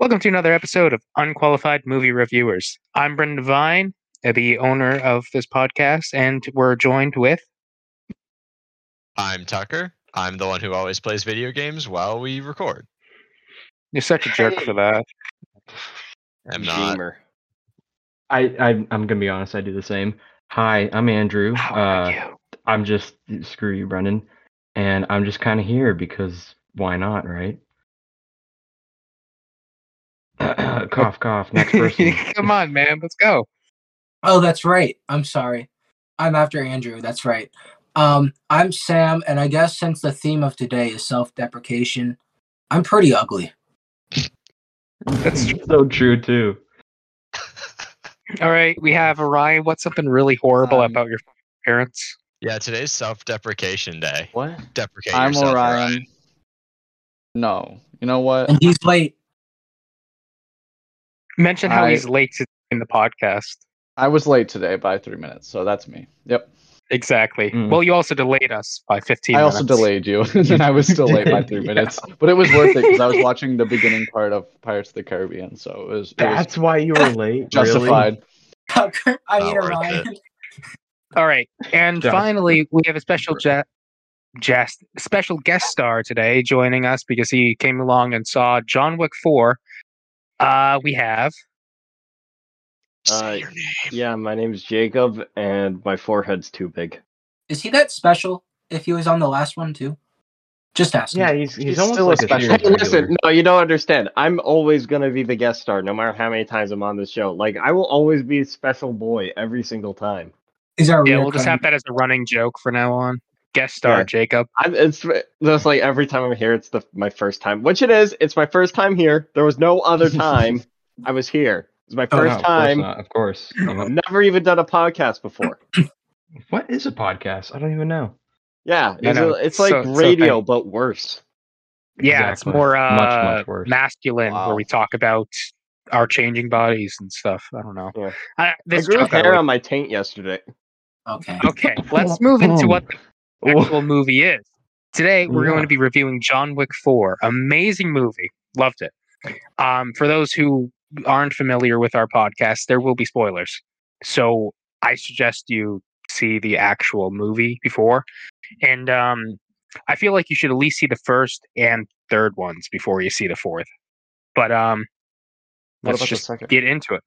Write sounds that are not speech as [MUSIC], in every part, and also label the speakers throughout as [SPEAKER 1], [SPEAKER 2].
[SPEAKER 1] Welcome to another episode of Unqualified Movie Reviewers. I'm Brendan Devine, uh, the owner of this podcast, and we're joined with
[SPEAKER 2] I'm Tucker. I'm the one who always plays video games while we record.
[SPEAKER 1] You're such a jerk for that.
[SPEAKER 2] I'm not.
[SPEAKER 3] Dreamer. I, I I'm gonna be honest. I do the same. Hi, I'm Andrew.
[SPEAKER 1] How
[SPEAKER 3] uh,
[SPEAKER 1] are you?
[SPEAKER 3] I'm just screw you, Brendan, and I'm just kind of here because why not, right? [CLEARS THROAT] cough,
[SPEAKER 1] [LAUGHS]
[SPEAKER 3] cough. Next [LAUGHS] person.
[SPEAKER 1] Come on, man. Let's go.
[SPEAKER 4] Oh, that's right. I'm sorry. I'm after Andrew. That's right. Um, I'm Sam, and I guess since the theme of today is self deprecation, I'm pretty ugly.
[SPEAKER 1] That's true.
[SPEAKER 3] so true too.
[SPEAKER 1] All right. We have Orion. What's something really horrible
[SPEAKER 5] Um,
[SPEAKER 1] about your parents?
[SPEAKER 2] Yeah, today's self-deprecation day.
[SPEAKER 5] What?
[SPEAKER 2] Deprecate
[SPEAKER 5] I'm
[SPEAKER 2] yourself,
[SPEAKER 5] Orion.
[SPEAKER 2] Orion.
[SPEAKER 5] No. You know what?
[SPEAKER 4] And he's late.
[SPEAKER 1] Mention how
[SPEAKER 5] I-
[SPEAKER 1] he's late to in the podcast.
[SPEAKER 5] I was late today by three minutes, so that's me. Yep.
[SPEAKER 1] Exactly.
[SPEAKER 3] Mm.
[SPEAKER 1] Well, you also delayed us by 15
[SPEAKER 5] I
[SPEAKER 1] minutes.
[SPEAKER 5] also delayed you, [LAUGHS] and then I was still late by three
[SPEAKER 3] Yeah.
[SPEAKER 5] minutes, but it was worth it because I was watching the beginning part of Pirates of the Caribbean, so it was, it was
[SPEAKER 3] That's why you [LAUGHS] were late.
[SPEAKER 5] justified.
[SPEAKER 4] Tucker, I
[SPEAKER 2] Not
[SPEAKER 4] mean
[SPEAKER 2] worth
[SPEAKER 4] Orion.
[SPEAKER 1] All right. And
[SPEAKER 3] Josh.
[SPEAKER 1] finally, we have a special ja- jest- special guest star today joining us because he came along and saw John Wick 4. Uh, we have
[SPEAKER 2] Say
[SPEAKER 6] Uh,
[SPEAKER 2] your name.
[SPEAKER 6] Yeah, my name's Jacob, and my forehead's too big.
[SPEAKER 4] Is he that special if he was on the last one too? Just ask.
[SPEAKER 3] Yeah, he's he's,
[SPEAKER 5] He's
[SPEAKER 3] almost
[SPEAKER 5] still a
[SPEAKER 3] like a
[SPEAKER 5] special-
[SPEAKER 3] serial
[SPEAKER 5] Hey,
[SPEAKER 6] Hey,
[SPEAKER 3] regular.
[SPEAKER 6] listen, no, you don't understand. I'm always gonna be the guest star, no matter how many times I'm on the show. Like, I will always be a special boy every single time.
[SPEAKER 4] He's our
[SPEAKER 6] Oh,
[SPEAKER 1] Yeah,
[SPEAKER 4] real
[SPEAKER 1] we'll just have that as a running joke for now on. Guest star
[SPEAKER 6] Yeah.
[SPEAKER 1] Jacob.
[SPEAKER 6] I'm, it's just like every time I'm here, it's the my first time, which it is. It's my first time here. There was no
[SPEAKER 1] [LAUGHS]
[SPEAKER 6] other time I was here. It's my
[SPEAKER 3] Oh, no,
[SPEAKER 6] first
[SPEAKER 3] of course
[SPEAKER 6] time.
[SPEAKER 3] not, Of course. You know,
[SPEAKER 6] I've never even done a podcast before.
[SPEAKER 3] What is a podcast? I don't even know.
[SPEAKER 6] Yeah,
[SPEAKER 1] I
[SPEAKER 6] it's,
[SPEAKER 1] know,
[SPEAKER 6] a- it's
[SPEAKER 1] so-
[SPEAKER 6] like
[SPEAKER 1] so
[SPEAKER 6] radio, but worse.
[SPEAKER 1] Yeah,
[SPEAKER 3] Exactly.
[SPEAKER 1] it's more uh,
[SPEAKER 3] Much, much worse.
[SPEAKER 1] masculine
[SPEAKER 5] Wow.
[SPEAKER 1] where we talk about our changing bodies and stuff. I don't know.
[SPEAKER 6] Yeah.
[SPEAKER 1] I,
[SPEAKER 6] I
[SPEAKER 1] this
[SPEAKER 6] grew
[SPEAKER 1] joke I
[SPEAKER 6] hair
[SPEAKER 1] like.
[SPEAKER 6] on my taint yesterday.
[SPEAKER 4] Okay.
[SPEAKER 1] Okay, let's move into what the actual movie is. Today, we're
[SPEAKER 3] Yeah.
[SPEAKER 1] going to be reviewing John Wick 4. Amazing movie. Loved it. Um, for those who aren't familiar with our podcast, there will be spoilers. So I suggest you see the actual movie before. And um, I feel like you should at least see the first and third ones before you see the fourth. But um,
[SPEAKER 5] What
[SPEAKER 1] let's
[SPEAKER 5] about the
[SPEAKER 1] just
[SPEAKER 5] second?
[SPEAKER 1] get into it.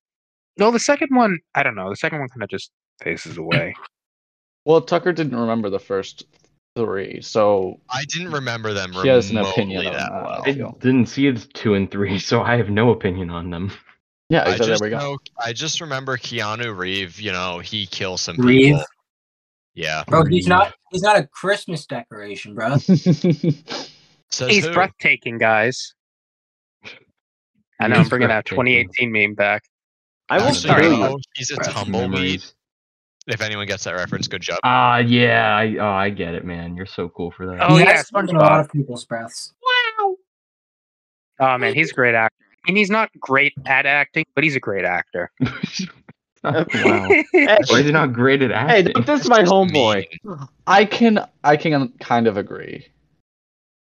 [SPEAKER 1] No, the second one, I don't know. The second one kind of just faces away.
[SPEAKER 5] [LAUGHS] Well, Tucker didn't remember the first three, so
[SPEAKER 2] I didn't remember them remotely
[SPEAKER 5] He has an opinion on
[SPEAKER 2] that
[SPEAKER 6] uh,
[SPEAKER 5] that.
[SPEAKER 2] well.
[SPEAKER 3] I didn't see it's two and three, [LAUGHS] so I have no opinion on them.
[SPEAKER 5] yeah,
[SPEAKER 2] I
[SPEAKER 5] so there
[SPEAKER 2] just
[SPEAKER 5] we [LAUGHS] go.
[SPEAKER 2] know- I just remember Keanu Reeve. You know, he kills some
[SPEAKER 4] Reeve?
[SPEAKER 2] people. Yeah.
[SPEAKER 4] Bro, he's not he's not a Christmas decoration, bro.
[SPEAKER 2] Says
[SPEAKER 1] He's
[SPEAKER 2] who?
[SPEAKER 1] breathtaking, guys. I know I'm
[SPEAKER 3] He's
[SPEAKER 1] bringing that
[SPEAKER 3] breathtaking.
[SPEAKER 1] 2018 meme back.
[SPEAKER 6] I will
[SPEAKER 2] Actually,
[SPEAKER 1] Sorry.
[SPEAKER 6] kill you.
[SPEAKER 2] no, he's a tumbleweed.
[SPEAKER 3] Memories.
[SPEAKER 2] If anyone gets that reference, good job.
[SPEAKER 3] Ah, yeah, I, oh, I get it, man. You're so cool for that.
[SPEAKER 1] Oh,
[SPEAKER 4] He
[SPEAKER 1] yeah,
[SPEAKER 4] has taken a lot of people's breaths.
[SPEAKER 5] [LAUGHS]
[SPEAKER 1] Oh man, he's a great actor. I mean, he's not great at acting, but he's a great actor.
[SPEAKER 5] [LAUGHS]
[SPEAKER 3] wow.
[SPEAKER 6] Hey,
[SPEAKER 3] [LAUGHS] Why is he not great at
[SPEAKER 6] hey, [LAUGHS]
[SPEAKER 3] acting?
[SPEAKER 6] don't diss my homeboy.
[SPEAKER 2] Mean.
[SPEAKER 5] I can I can kind of agree.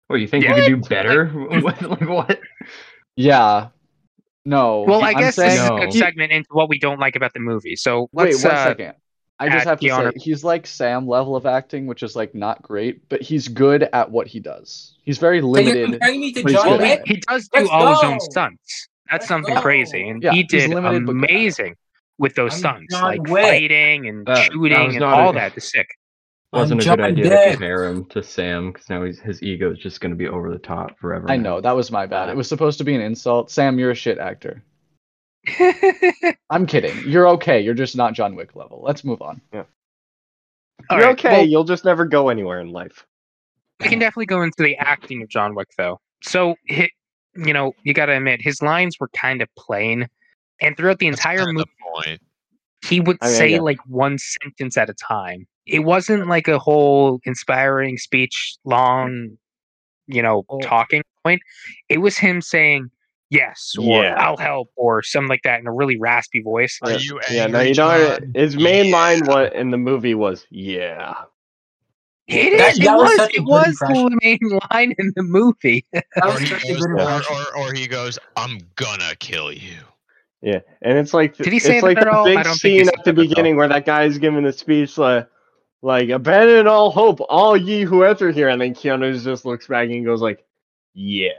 [SPEAKER 3] what, you think you could do better? [LAUGHS] what? Like, what?
[SPEAKER 5] Yeah. No.
[SPEAKER 1] well, I
[SPEAKER 5] I'm
[SPEAKER 1] guess this
[SPEAKER 5] saying,
[SPEAKER 1] is a
[SPEAKER 3] No.
[SPEAKER 1] good segment into what we don't like about the movie. So let's.
[SPEAKER 5] Wait one second.
[SPEAKER 1] uh,
[SPEAKER 5] I just
[SPEAKER 1] add
[SPEAKER 5] have to
[SPEAKER 1] Keanu-
[SPEAKER 5] say, he's like Sam level of acting, which is like not great, but he's good at what he does. He's very
[SPEAKER 4] So you're
[SPEAKER 5] limited.
[SPEAKER 4] comparing me to
[SPEAKER 5] Please
[SPEAKER 4] John
[SPEAKER 5] good.
[SPEAKER 1] Well, he,
[SPEAKER 4] Wick?
[SPEAKER 1] he does do
[SPEAKER 4] Let's
[SPEAKER 1] all his own
[SPEAKER 4] go.
[SPEAKER 1] stunts. That's
[SPEAKER 4] Let's
[SPEAKER 1] something
[SPEAKER 4] go.
[SPEAKER 1] crazy, and
[SPEAKER 5] Yeah,
[SPEAKER 1] he
[SPEAKER 5] he's
[SPEAKER 1] did
[SPEAKER 5] limited but good.
[SPEAKER 1] amazing with those
[SPEAKER 4] I'm
[SPEAKER 1] stunts,
[SPEAKER 4] John
[SPEAKER 1] like
[SPEAKER 4] Wick.
[SPEAKER 1] fighting and
[SPEAKER 3] That- that
[SPEAKER 1] shooting
[SPEAKER 3] was
[SPEAKER 1] and
[SPEAKER 3] not
[SPEAKER 1] all
[SPEAKER 3] a-
[SPEAKER 1] that. The sick.
[SPEAKER 3] Wasn't a
[SPEAKER 4] John
[SPEAKER 3] good idea to
[SPEAKER 4] Dick.
[SPEAKER 3] compare him to Sam because now he's, his ego is just going to be over the top forever.
[SPEAKER 5] I
[SPEAKER 3] now.
[SPEAKER 5] know that was my bad. It was supposed to be an insult. Sam, you're a shit actor. I'm kidding. You're okay. You're just not John Wick level. Let's move on.
[SPEAKER 1] All
[SPEAKER 6] You're
[SPEAKER 1] right,
[SPEAKER 6] okay.
[SPEAKER 1] well,
[SPEAKER 6] You'll just never go anywhere in life.
[SPEAKER 1] we can definitely go into the acting of John Wick, though. So, hi you know, you got to admit his lines were kind of plain, and throughout the
[SPEAKER 2] That's
[SPEAKER 1] entire
[SPEAKER 2] kinda
[SPEAKER 1] movie,
[SPEAKER 2] the point.
[SPEAKER 1] he would
[SPEAKER 6] I mean,
[SPEAKER 1] say
[SPEAKER 6] yeah.
[SPEAKER 1] like one sentence at a time. It wasn't like a whole inspiring speech, long, you know,
[SPEAKER 5] Oh.
[SPEAKER 1] talking point. It was him saying yes or
[SPEAKER 6] Yeah.
[SPEAKER 1] I'll help or something like that in a really raspy voice.
[SPEAKER 2] Are
[SPEAKER 6] Yeah,
[SPEAKER 2] you
[SPEAKER 6] yeah, no,
[SPEAKER 2] angry,
[SPEAKER 6] you know
[SPEAKER 2] John?
[SPEAKER 6] his main line what in the movie was yeah.
[SPEAKER 1] It
[SPEAKER 4] That-
[SPEAKER 1] is. It
[SPEAKER 4] that was
[SPEAKER 1] was.
[SPEAKER 4] such a
[SPEAKER 1] It
[SPEAKER 4] good
[SPEAKER 1] was the
[SPEAKER 4] impression.
[SPEAKER 1] main [LAUGHS] line in the movie.
[SPEAKER 4] That
[SPEAKER 2] Or
[SPEAKER 4] was
[SPEAKER 2] he,
[SPEAKER 4] such a
[SPEAKER 2] goes,
[SPEAKER 4] good
[SPEAKER 2] or,
[SPEAKER 4] impression.
[SPEAKER 2] or, or he goes, I'm gonna kill you.
[SPEAKER 6] Yeah, and it's like
[SPEAKER 1] Did he say
[SPEAKER 6] it's
[SPEAKER 1] that
[SPEAKER 6] like
[SPEAKER 1] at
[SPEAKER 6] the
[SPEAKER 1] all? I
[SPEAKER 6] big
[SPEAKER 1] don't think he
[SPEAKER 6] scene
[SPEAKER 1] said
[SPEAKER 6] at the
[SPEAKER 1] that at all.
[SPEAKER 6] beginning where that guy's giving the speech like, like abandon all hope, all ye who enter here, and then Keanu just looks back and goes like, yeah,
[SPEAKER 1] [LAUGHS]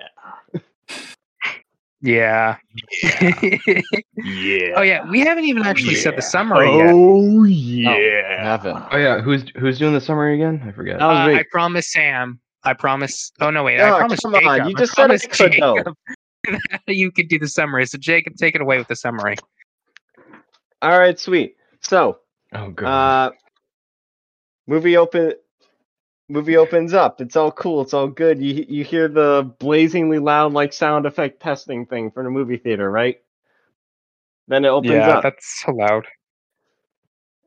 [SPEAKER 1] Yeah.
[SPEAKER 6] yeah,
[SPEAKER 1] oh yeah. We haven't even actually said the
[SPEAKER 6] Yeah.
[SPEAKER 1] summary yet.
[SPEAKER 6] oh
[SPEAKER 5] I
[SPEAKER 6] yeah.
[SPEAKER 5] haven't.
[SPEAKER 3] Oh yeah, who's who's doing the summary again? I forget.
[SPEAKER 6] That was
[SPEAKER 1] Uh,
[SPEAKER 6] me.
[SPEAKER 1] I promise Sam. I promise. Oh no, wait.
[SPEAKER 6] Oh,
[SPEAKER 1] I promise
[SPEAKER 6] come on,
[SPEAKER 1] Jacob.
[SPEAKER 6] you
[SPEAKER 1] I
[SPEAKER 6] just said
[SPEAKER 1] promised
[SPEAKER 6] I could, though.
[SPEAKER 1] Jacob [LAUGHS] that you could do the summary. So Jacob, take it away with the summary.
[SPEAKER 6] All right, sweet. So,
[SPEAKER 3] Oh god.
[SPEAKER 6] uh, movie open. Movie opens up. It's all cool. It's all good. You you hear the blazingly loud like sound effect testing thing from the movie theater, right? Then it opens
[SPEAKER 1] yeah,
[SPEAKER 6] up.
[SPEAKER 1] that's so loud.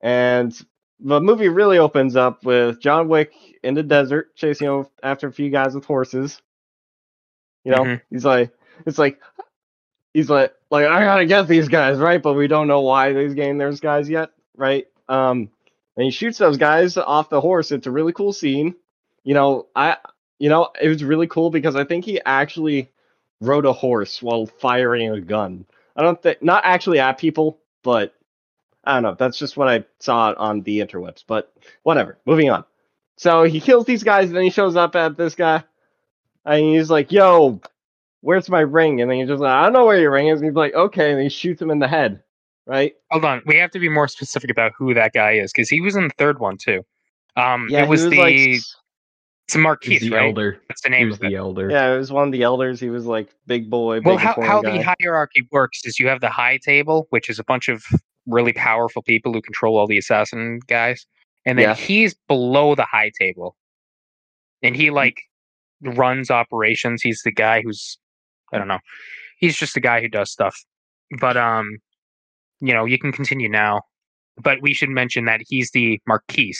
[SPEAKER 6] And the movie really opens up with John Wick in the desert chasing o- after a few guys with horses. You know,
[SPEAKER 1] Mhm.
[SPEAKER 6] he's like, it's like, he's like, like I gotta get these guys right, but we don't know why he's getting those guys yet, right? Um, and he shoots those guys off the horse. It's a really cool scene. You know, I, you know, it was really cool because I think he actually rode a horse while firing a gun. I don't think, not actually at people, but I don't know. That's just what I saw on the interwebs, but whatever. Moving on. So he kills these guys, and then he shows up at this guy, and he's like, "Yo, where's my ring?" And then he's just like, "I don't know where your ring is." And he's like, "Okay," and he shoots him in the head. Right?
[SPEAKER 1] Hold on. We have to be more specific about who that guy is because he was in the third one too. Um, it was,
[SPEAKER 6] he
[SPEAKER 1] the
[SPEAKER 6] like, s-
[SPEAKER 1] it's Marquis,
[SPEAKER 3] He's the
[SPEAKER 1] right?
[SPEAKER 3] elder.
[SPEAKER 1] That's the
[SPEAKER 3] He
[SPEAKER 1] name
[SPEAKER 3] was
[SPEAKER 1] of it.
[SPEAKER 3] the elder.
[SPEAKER 6] yeah, it was one of the elders. He was like big boy.
[SPEAKER 1] Well,
[SPEAKER 6] big
[SPEAKER 1] how,
[SPEAKER 6] important
[SPEAKER 1] how
[SPEAKER 6] guy.
[SPEAKER 1] the hierarchy works is you have the high table, which is a bunch of really powerful people who control all the assassin guys, and then
[SPEAKER 6] Yeah.
[SPEAKER 1] he's below the high table, and
[SPEAKER 6] Mm.
[SPEAKER 1] he like runs operations. He's the guy who's I don't know, he's just the guy who does stuff. But um, you know, you can continue now, but we should mention that he's the marquis,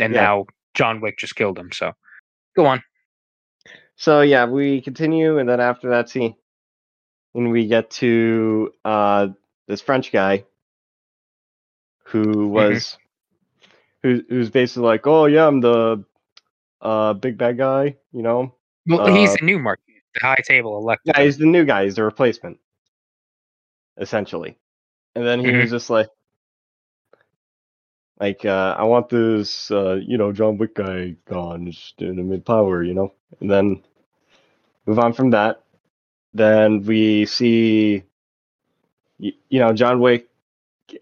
[SPEAKER 1] and
[SPEAKER 6] Yeah.
[SPEAKER 1] now John Wick just killed him. So go on.
[SPEAKER 6] So yeah, we continue, and then after that scene, when we get to uh, this French guy, who was, who who's basically like, oh yeah, I'm the uh, big bad guy, you know.
[SPEAKER 1] Well, he's
[SPEAKER 6] Uh,
[SPEAKER 1] the new marquis. The high table elected.
[SPEAKER 6] Yeah,
[SPEAKER 1] him.
[SPEAKER 6] he's the new guy. He's the replacement, essentially. And then he was just like, like uh, I want this, uh, you know, John Wick guy gone, just in the mid power, you know. And then move on from that. Then we see, y- you know, John Wick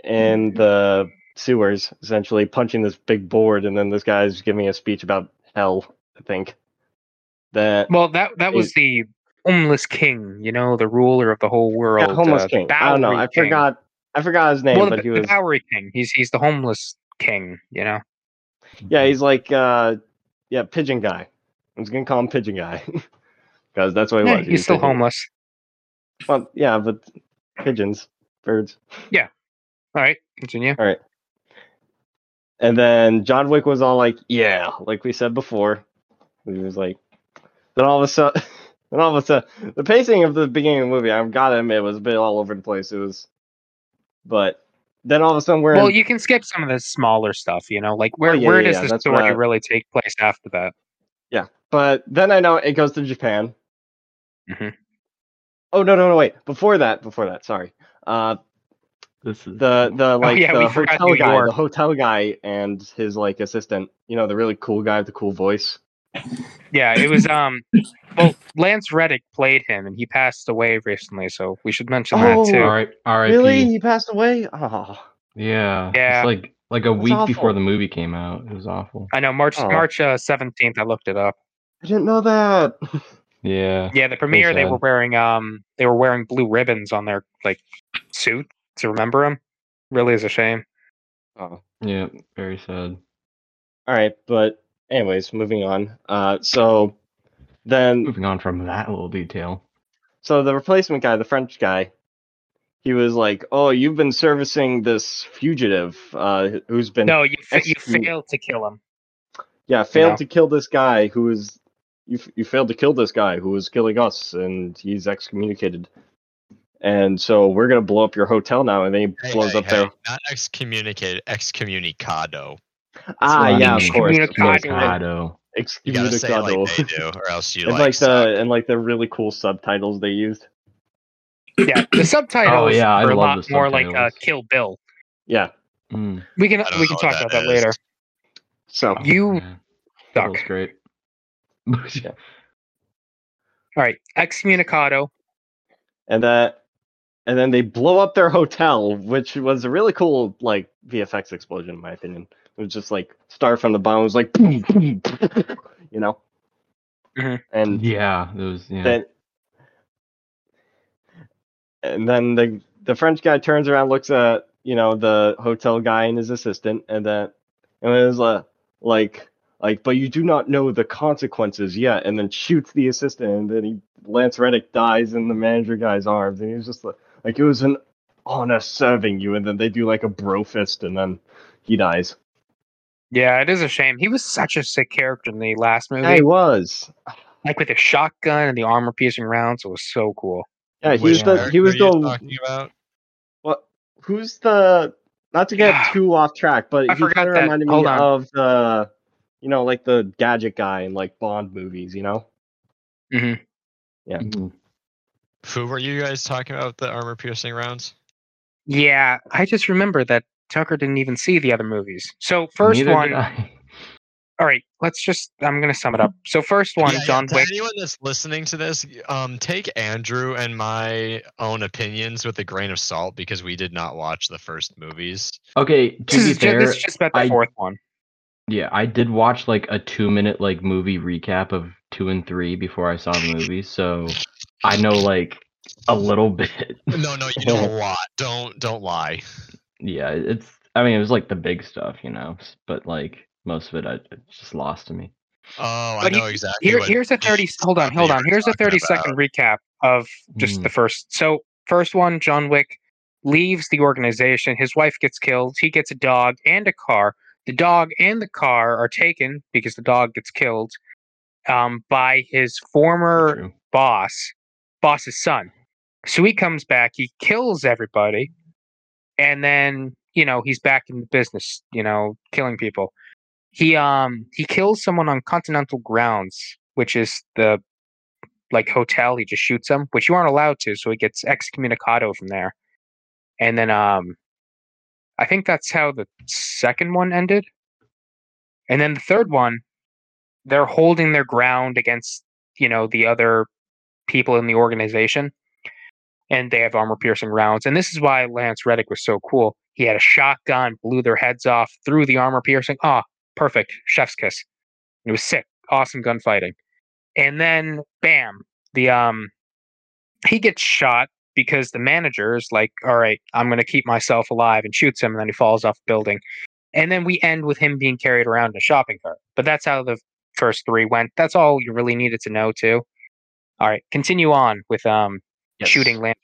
[SPEAKER 6] in the sewers, essentially punching this big board, and then this guy's giving a speech about hell, I think. That
[SPEAKER 1] Well, that that was the homeless king, you know, the ruler of the whole world.
[SPEAKER 6] Yeah, homeless
[SPEAKER 1] uh, the
[SPEAKER 6] king. I don't know.
[SPEAKER 1] Bowery
[SPEAKER 6] I
[SPEAKER 1] King.
[SPEAKER 6] forgot. I forgot his name,
[SPEAKER 1] well,
[SPEAKER 6] but
[SPEAKER 1] the,
[SPEAKER 6] he
[SPEAKER 1] the
[SPEAKER 6] was.
[SPEAKER 1] Bowery king. He's he's the homeless king, you know.
[SPEAKER 6] Yeah, he's like, uh, yeah, pigeon guy. I'm just gonna call him pigeon guy [LAUGHS] because that's what he
[SPEAKER 1] Yeah,
[SPEAKER 6] was.
[SPEAKER 1] Eh, he's
[SPEAKER 6] He was
[SPEAKER 1] still
[SPEAKER 6] pigeon.
[SPEAKER 1] homeless.
[SPEAKER 6] Well, yeah, but pigeons, birds.
[SPEAKER 1] All right, continue.
[SPEAKER 6] And then John Wick was all like, "Yeah," like we said before. He was like, then all of a sudden, [LAUGHS] then all of a sudden, the pacing of the beginning of the movie, I've got to admit, was a bit all over the place. It was, but then all of a sudden we're
[SPEAKER 1] Well,
[SPEAKER 6] in, Oh,
[SPEAKER 1] you can skip some of the smaller stuff, you know, like where
[SPEAKER 6] yeah,
[SPEAKER 1] where
[SPEAKER 6] yeah,
[SPEAKER 1] does
[SPEAKER 6] yeah,
[SPEAKER 1] the
[SPEAKER 6] that's
[SPEAKER 1] story
[SPEAKER 6] not-
[SPEAKER 1] really take place after that?
[SPEAKER 6] but then I know it goes to Japan.
[SPEAKER 1] Mhm.
[SPEAKER 6] Oh no no no wait! Before that, before that, sorry. Uh,
[SPEAKER 3] This is
[SPEAKER 6] the the like
[SPEAKER 1] Oh, yeah, we
[SPEAKER 6] the
[SPEAKER 1] forgot
[SPEAKER 6] hotel
[SPEAKER 1] New
[SPEAKER 6] guy,
[SPEAKER 1] York.
[SPEAKER 6] the hotel guy, and his like assistant. You know, the really cool guy with the cool voice.
[SPEAKER 1] Yeah, it was um. Well, Lance Reddick played him, and he passed away recently, so we should mention
[SPEAKER 6] Oh,
[SPEAKER 1] that too.
[SPEAKER 3] all right. R.I.P.
[SPEAKER 6] Really, he passed away. Oh,
[SPEAKER 3] Yeah.
[SPEAKER 1] Yeah.
[SPEAKER 3] It's like like a
[SPEAKER 6] That's
[SPEAKER 3] week before
[SPEAKER 6] awful.
[SPEAKER 3] the movie came out. It was awful.
[SPEAKER 1] I know March
[SPEAKER 6] Oh.
[SPEAKER 1] March uh, seventeenth. I looked it up.
[SPEAKER 6] I didn't know that. [LAUGHS]
[SPEAKER 3] Yeah.
[SPEAKER 1] Yeah, the premiere they were
[SPEAKER 3] sad.
[SPEAKER 1] wearing um they were wearing blue ribbons on their like suit to remember him. Really is a shame.
[SPEAKER 3] Yeah. Very sad.
[SPEAKER 6] All right, but anyways, moving on. Uh, so
[SPEAKER 1] Hmm.
[SPEAKER 6] then
[SPEAKER 3] Moving on from that little detail.
[SPEAKER 6] So the replacement guy, the French guy, he was like, "Oh, you've been servicing this fugitive uh, who's been
[SPEAKER 1] No, you fa- you
[SPEAKER 6] execute-
[SPEAKER 1] failed to kill him.
[SPEAKER 6] yeah failed
[SPEAKER 1] know.
[SPEAKER 6] to kill this guy who is you f- you failed to kill this guy who was killing us, and he's excommunicated. And so we're gonna blow up your hotel now." And then he
[SPEAKER 2] Hey,
[SPEAKER 6] blows
[SPEAKER 2] hey,
[SPEAKER 6] up
[SPEAKER 2] hey,
[SPEAKER 6] their
[SPEAKER 2] Not excommunicated, excommunicado.
[SPEAKER 6] Ah,
[SPEAKER 3] It's
[SPEAKER 6] yeah, of
[SPEAKER 3] like
[SPEAKER 6] course.
[SPEAKER 1] Excommunicado.
[SPEAKER 3] Excommunicado.
[SPEAKER 2] You
[SPEAKER 6] Excuse
[SPEAKER 2] gotta
[SPEAKER 6] the
[SPEAKER 2] say it
[SPEAKER 6] cuddle.
[SPEAKER 2] like they do, or else you
[SPEAKER 6] and
[SPEAKER 2] like.
[SPEAKER 6] like
[SPEAKER 2] suck.
[SPEAKER 6] the and like the really cool subtitles they used.
[SPEAKER 1] Yeah, the subtitles
[SPEAKER 3] Oh, yeah, I
[SPEAKER 1] are a
[SPEAKER 3] love
[SPEAKER 1] lot
[SPEAKER 3] the
[SPEAKER 1] more like uh,
[SPEAKER 3] subtitles.
[SPEAKER 1] Kill Bill.
[SPEAKER 6] Yeah.
[SPEAKER 3] Mm.
[SPEAKER 1] We can
[SPEAKER 2] I
[SPEAKER 1] we
[SPEAKER 2] don't know
[SPEAKER 1] can
[SPEAKER 2] what
[SPEAKER 1] talk about that
[SPEAKER 2] is.
[SPEAKER 1] later.
[SPEAKER 6] So
[SPEAKER 1] You
[SPEAKER 3] Yeah, that
[SPEAKER 1] Duck.
[SPEAKER 3] was great. Yeah.
[SPEAKER 1] All right, excommunicado.
[SPEAKER 6] and that and then they blow up their hotel, which was a really cool like VFX explosion in my opinion. It was just like start from the bottom, it was like [LAUGHS] boom, boom, you know.
[SPEAKER 1] Mhm.
[SPEAKER 3] [LAUGHS]
[SPEAKER 6] And
[SPEAKER 3] Yeah, those. Yeah.
[SPEAKER 6] then and then the the French guy turns around, looks at you know the hotel guy and his assistant, and then and it was uh, like like, but you do not know the consequences yet, and then shoots the assistant, and then he Lance Reddick dies in the manager guy's arms, and he was just like, like it was an honor serving you, and then they do like a bro fist, and then he dies.
[SPEAKER 1] Yeah, it is a shame. He was such a sick character in the last movie,
[SPEAKER 6] Yeah, he was.
[SPEAKER 1] like with the shotgun and the armor piercing rounds. It was so cool.
[SPEAKER 6] Yeah, he
[SPEAKER 2] Which
[SPEAKER 6] was the he
[SPEAKER 2] character
[SPEAKER 6] was
[SPEAKER 2] are you
[SPEAKER 6] the
[SPEAKER 2] talking about.
[SPEAKER 6] What? Who's the? Not to get
[SPEAKER 1] Yeah.
[SPEAKER 6] too off track, but
[SPEAKER 1] Ah. I
[SPEAKER 6] he
[SPEAKER 1] forgot
[SPEAKER 6] kind of
[SPEAKER 1] that.
[SPEAKER 6] reminded me
[SPEAKER 1] Hold on.
[SPEAKER 6] of the, you know, like the gadget guy in like Bond movies. You know,
[SPEAKER 3] Mhm.
[SPEAKER 2] Who were you guys talking about with the armor piercing rounds?
[SPEAKER 1] Yeah, I just remember that Tucker didn't even see the other movies. So first
[SPEAKER 3] Neither
[SPEAKER 1] one,
[SPEAKER 3] Did I. [LAUGHS]
[SPEAKER 1] all right, let's just I'm gonna sum it up. So first one,
[SPEAKER 2] Yeah, yeah,
[SPEAKER 1] John
[SPEAKER 2] to
[SPEAKER 1] Wick.
[SPEAKER 2] Anyone that's listening to this, um, take Andrew and my own opinions with a grain of salt because we did not watch the first movies.
[SPEAKER 3] Okay, to
[SPEAKER 1] This
[SPEAKER 3] be
[SPEAKER 1] is, just,
[SPEAKER 3] fair,
[SPEAKER 1] this is just about the
[SPEAKER 3] I-
[SPEAKER 1] fourth one.
[SPEAKER 3] yeah, I did watch like a two-minute like movie recap of two and three before I saw the movie, so I know like a little [LAUGHS] bit.
[SPEAKER 2] No, [LAUGHS] no, you know a lot. Don't don't lie.
[SPEAKER 3] yeah, it's. I mean, it was like the big stuff, you know, s- but like most of it, I, it's just lost to me.
[SPEAKER 2] Oh, I
[SPEAKER 1] But he-
[SPEAKER 2] know exactly.
[SPEAKER 1] Here,
[SPEAKER 2] what
[SPEAKER 1] here's a thirty.
[SPEAKER 2] these
[SPEAKER 1] Hold on, hold on.
[SPEAKER 2] you're
[SPEAKER 1] Here's a
[SPEAKER 2] talking
[SPEAKER 1] thirty second recap of just the first. So first one, John Wick leaves the organization. His wife gets killed. He gets a dog and a car. The dog and the car are taken because the dog gets killed um, by his former
[SPEAKER 3] True.
[SPEAKER 1] boss, boss's son. So he comes back, he kills everybody, and then you know he's back in the business, you know, killing people. He um he kills someone on Continental Grounds, which is the like hotel. He just shoots him, which you aren't allowed to, so he gets excommunicado from there. And then um, I think that's how the second one ended. And then the third one, they're holding their ground against you know the other people in the organization and they have armor piercing rounds. And this is why Lance Reddick was so cool. He had a shotgun, blew their heads off, threw the armor piercing. Ah, perfect. Chef's kiss. It was sick. Awesome gunfighting. And then bam, the um he gets shot because the manager is like, all right, I'm gonna keep myself alive and shoots him, and then he falls off the building. And then we end with him being carried around in a shopping cart. But that's how the first three went. That's all you really needed to know too. All right, continue on with um
[SPEAKER 6] Yes.
[SPEAKER 1] shooting Lance.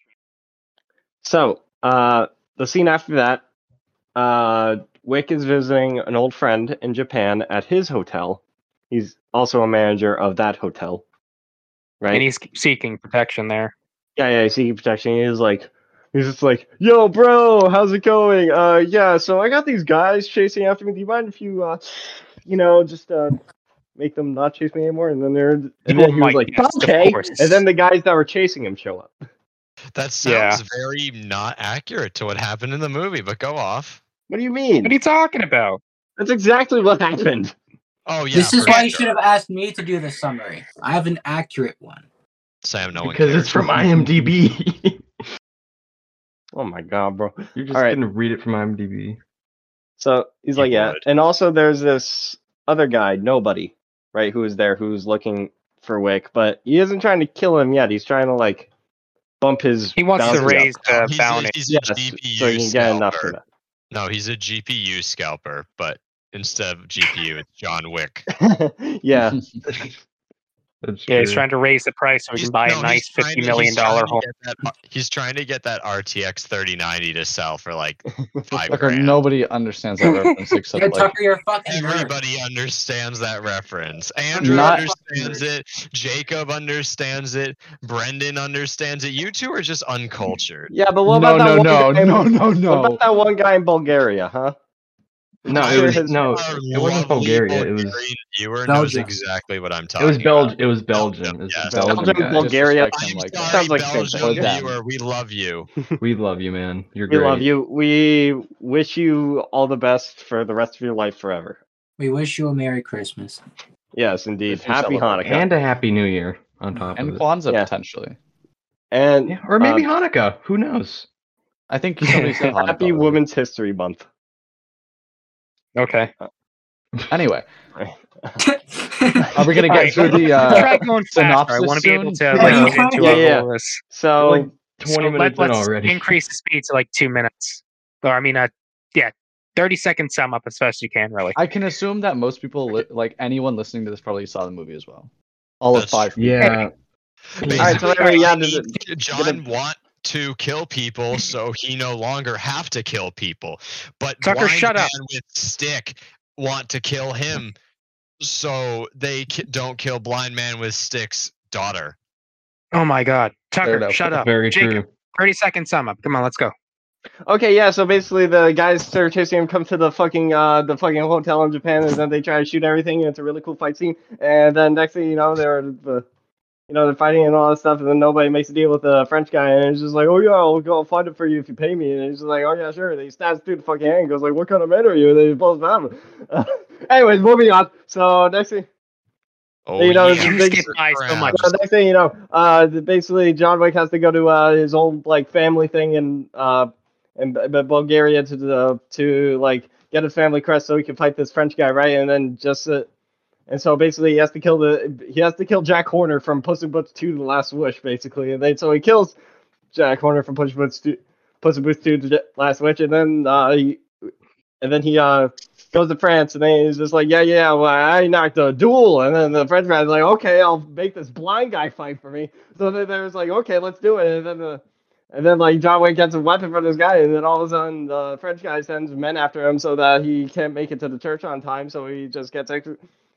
[SPEAKER 6] So, uh, the scene after that, uh, Wick is visiting an old friend in Japan at his hotel. He's also a manager of that hotel, right?
[SPEAKER 1] and he's seeking protection there.
[SPEAKER 6] Yeah, yeah, he's seeking protection. He was like, he's just like, yo, bro, how's it going? Uh, yeah, so I got these guys chasing after me. Do you mind if you, uh, you know, just uh, make them not chase me anymore? And then they're, and then
[SPEAKER 1] Oh
[SPEAKER 6] he
[SPEAKER 1] my-
[SPEAKER 6] was like,
[SPEAKER 1] yes, of
[SPEAKER 6] okay.
[SPEAKER 1] course.
[SPEAKER 6] And then the guys that were chasing him show up.
[SPEAKER 2] That sounds
[SPEAKER 1] Yeah.
[SPEAKER 2] very not accurate to what happened in the movie. But go off.
[SPEAKER 6] What do you mean?
[SPEAKER 1] What are you talking about?
[SPEAKER 6] That's exactly what happened.
[SPEAKER 2] Oh yeah.
[SPEAKER 4] this is
[SPEAKER 2] for
[SPEAKER 4] why you
[SPEAKER 2] sure.
[SPEAKER 4] should have asked me to do the summary. I have an accurate one.
[SPEAKER 2] Sam, no one
[SPEAKER 3] because
[SPEAKER 2] cares.
[SPEAKER 3] it's from IMDb.
[SPEAKER 6] [LAUGHS] Oh my god, bro.
[SPEAKER 3] You're just
[SPEAKER 6] Alright.
[SPEAKER 3] gonna read it from IMDb.
[SPEAKER 6] So he's
[SPEAKER 2] You
[SPEAKER 6] like, yeah.
[SPEAKER 2] would.
[SPEAKER 6] And also, there's this other guy, nobody, right, who is there, who's looking for Wick, but he isn't trying to kill him yet. He's trying to like bump his.
[SPEAKER 1] He wants
[SPEAKER 6] bounty
[SPEAKER 1] to
[SPEAKER 6] up.
[SPEAKER 1] raise the
[SPEAKER 2] he's,
[SPEAKER 1] uh, bounty.
[SPEAKER 2] A, he's a
[SPEAKER 6] Yes,
[SPEAKER 2] GPU
[SPEAKER 6] so he can get enough
[SPEAKER 2] scalper.
[SPEAKER 6] of that.
[SPEAKER 2] No, he's a GPU scalper, but instead of GPU, it's John Wick.
[SPEAKER 6] [LAUGHS]
[SPEAKER 1] [LAUGHS]
[SPEAKER 6] yeah,
[SPEAKER 3] That's
[SPEAKER 1] yeah, he's
[SPEAKER 3] true.
[SPEAKER 1] trying to raise the price so [LAUGHS] he can buy
[SPEAKER 2] no,
[SPEAKER 1] a nice
[SPEAKER 2] trying
[SPEAKER 1] fifty
[SPEAKER 2] to-
[SPEAKER 1] million
[SPEAKER 2] he's trying
[SPEAKER 1] dollar
[SPEAKER 2] to
[SPEAKER 1] home.
[SPEAKER 2] get that R- He's trying to get that RTX 3090 to sell for
[SPEAKER 6] [LAUGHS]
[SPEAKER 2] like five
[SPEAKER 5] Tucker,
[SPEAKER 2] grand.
[SPEAKER 5] nobody understands that reference
[SPEAKER 4] Yeah,
[SPEAKER 5] except like
[SPEAKER 4] Tucker, you're a fucking nerd.
[SPEAKER 2] Everybody understands that reference. Andrew
[SPEAKER 5] Not-
[SPEAKER 2] understands it. Jacob understands it. Brendan understands it. You two are just uncultured.
[SPEAKER 6] yeah, but
[SPEAKER 5] no,
[SPEAKER 6] what
[SPEAKER 5] no,
[SPEAKER 6] about that
[SPEAKER 5] no,
[SPEAKER 6] one guy?
[SPEAKER 5] no, no,
[SPEAKER 6] What
[SPEAKER 5] no.
[SPEAKER 6] about that one guy in Bulgaria, huh?
[SPEAKER 3] No,
[SPEAKER 6] Sure
[SPEAKER 3] it was
[SPEAKER 6] has-
[SPEAKER 3] no,
[SPEAKER 2] Our
[SPEAKER 3] Oh, it wasn't
[SPEAKER 2] lovely
[SPEAKER 3] Bulgaria. It was
[SPEAKER 2] Bulgarian viewer knows
[SPEAKER 4] Belgium.
[SPEAKER 2] exactly what I'm
[SPEAKER 3] it
[SPEAKER 2] talking.
[SPEAKER 3] was
[SPEAKER 2] about.
[SPEAKER 3] Belgium. Oh It was Belgium. It's
[SPEAKER 2] Yes.
[SPEAKER 3] Belgium.
[SPEAKER 6] Belgium,
[SPEAKER 3] guys.
[SPEAKER 6] Bulgaria.
[SPEAKER 2] I'm
[SPEAKER 5] I'm like that.
[SPEAKER 2] sorry,
[SPEAKER 6] Sounds like
[SPEAKER 2] Belgium
[SPEAKER 6] Finland.
[SPEAKER 5] Yeah.
[SPEAKER 2] viewer. We love you.
[SPEAKER 3] We love you, man. You're
[SPEAKER 6] We
[SPEAKER 3] great.
[SPEAKER 6] love you. We wish you all the best for the rest of your life forever.
[SPEAKER 4] We wish you a Merry [LAUGHS] Christmas.
[SPEAKER 6] Yes, indeed.
[SPEAKER 5] If you
[SPEAKER 6] Happy
[SPEAKER 5] celebrate.
[SPEAKER 6] Hanukkah.
[SPEAKER 3] And a happy new year on top
[SPEAKER 5] and
[SPEAKER 3] of it.
[SPEAKER 5] Kwanzaa
[SPEAKER 6] Yeah.
[SPEAKER 5] potentially.
[SPEAKER 6] And
[SPEAKER 3] Yeah, or maybe Hanukkah. Who knows?
[SPEAKER 5] I think somebody said Hanukkah
[SPEAKER 6] [LAUGHS] Happy
[SPEAKER 5] already.
[SPEAKER 6] Women's History Month.
[SPEAKER 1] Okay.
[SPEAKER 5] Anyway,
[SPEAKER 4] Are
[SPEAKER 5] are we gonna
[SPEAKER 6] [LAUGHS] All right,
[SPEAKER 5] get through
[SPEAKER 6] so-
[SPEAKER 5] the?
[SPEAKER 1] I'll
[SPEAKER 5] Uh,
[SPEAKER 1] try going faster. I
[SPEAKER 5] synopsis
[SPEAKER 1] want to be able to
[SPEAKER 5] soon?
[SPEAKER 1] like
[SPEAKER 4] Yeah.
[SPEAKER 1] get into
[SPEAKER 6] Yeah,
[SPEAKER 1] our
[SPEAKER 6] yeah.
[SPEAKER 1] whole list.
[SPEAKER 6] So
[SPEAKER 3] like Twenty
[SPEAKER 1] So
[SPEAKER 3] minutes
[SPEAKER 1] let,
[SPEAKER 3] in
[SPEAKER 1] us
[SPEAKER 3] already.
[SPEAKER 1] increase the speed to like two minutes. Or I mean, uh, yeah, thirty second sum up as fast as you can. Really,
[SPEAKER 5] I can assume that most people, li- like anyone listening to this, probably saw the movie as well. All
[SPEAKER 2] That's
[SPEAKER 5] of
[SPEAKER 3] [LAUGHS]
[SPEAKER 5] five.
[SPEAKER 3] yeah.
[SPEAKER 6] Alright, so anyway, yeah, the- the-
[SPEAKER 2] Basically, John want to kill
[SPEAKER 6] [LAUGHS]
[SPEAKER 2] people, so he no longer have to kill people. But
[SPEAKER 1] Tucker,
[SPEAKER 2] blind
[SPEAKER 1] shut up.
[SPEAKER 2] man with stick want to kill him, so they ki- don't kill blind man with stick's daughter.
[SPEAKER 1] oh my god,
[SPEAKER 5] Fair
[SPEAKER 1] Tucker,
[SPEAKER 5] enough.
[SPEAKER 1] shut up.
[SPEAKER 3] Very
[SPEAKER 1] Jacob,
[SPEAKER 3] true.
[SPEAKER 1] Thirty second sum up. Come on, let's go.
[SPEAKER 6] okay, yeah. So basically, the guys are chasing him, come to the fucking uh the fucking hotel in Japan, and then they try to shoot everything, and it's a really cool fight scene. And then next thing you know, they're the you know they're fighting and all that stuff, and then nobody makes a deal with the French guy, and it's just like, oh yeah, I'll go find it for you if you pay me. And he's just like, oh yeah, sure. And he stabs through the fucking hand, and goes like, what kind of man are you? And then he blows him. [LAUGHS] anyways, moving on. So next thing.
[SPEAKER 2] Oh,
[SPEAKER 6] You know,
[SPEAKER 2] yeah.
[SPEAKER 6] you
[SPEAKER 1] just get by so much.
[SPEAKER 6] So next thing you know, uh, th- basically John Wick has to go to uh, his old like family thing in uh, in B- B- Bulgaria to the to like get his family crest so he can fight this French guy, right? And then just uh, and so basically he has to kill the he has to kill Jack Horner from Puss in Boots Two: The Last Wish, basically. And then so he kills Jack Horner from Puss in Boots Two, Puss in Boots Two: The J- Last Wish, and then uh, he, and then he uh goes to France, and then he's just like, yeah, yeah, well, I knocked a duel, and then the French man's like, okay, I'll make this blind guy fight for me. So then there's like, okay, let's do it, and then the, and then like John Wayne gets a weapon from this guy, and then all of a sudden the French guy sends men after him so that he can't make it to the church on time, so he just gets ex-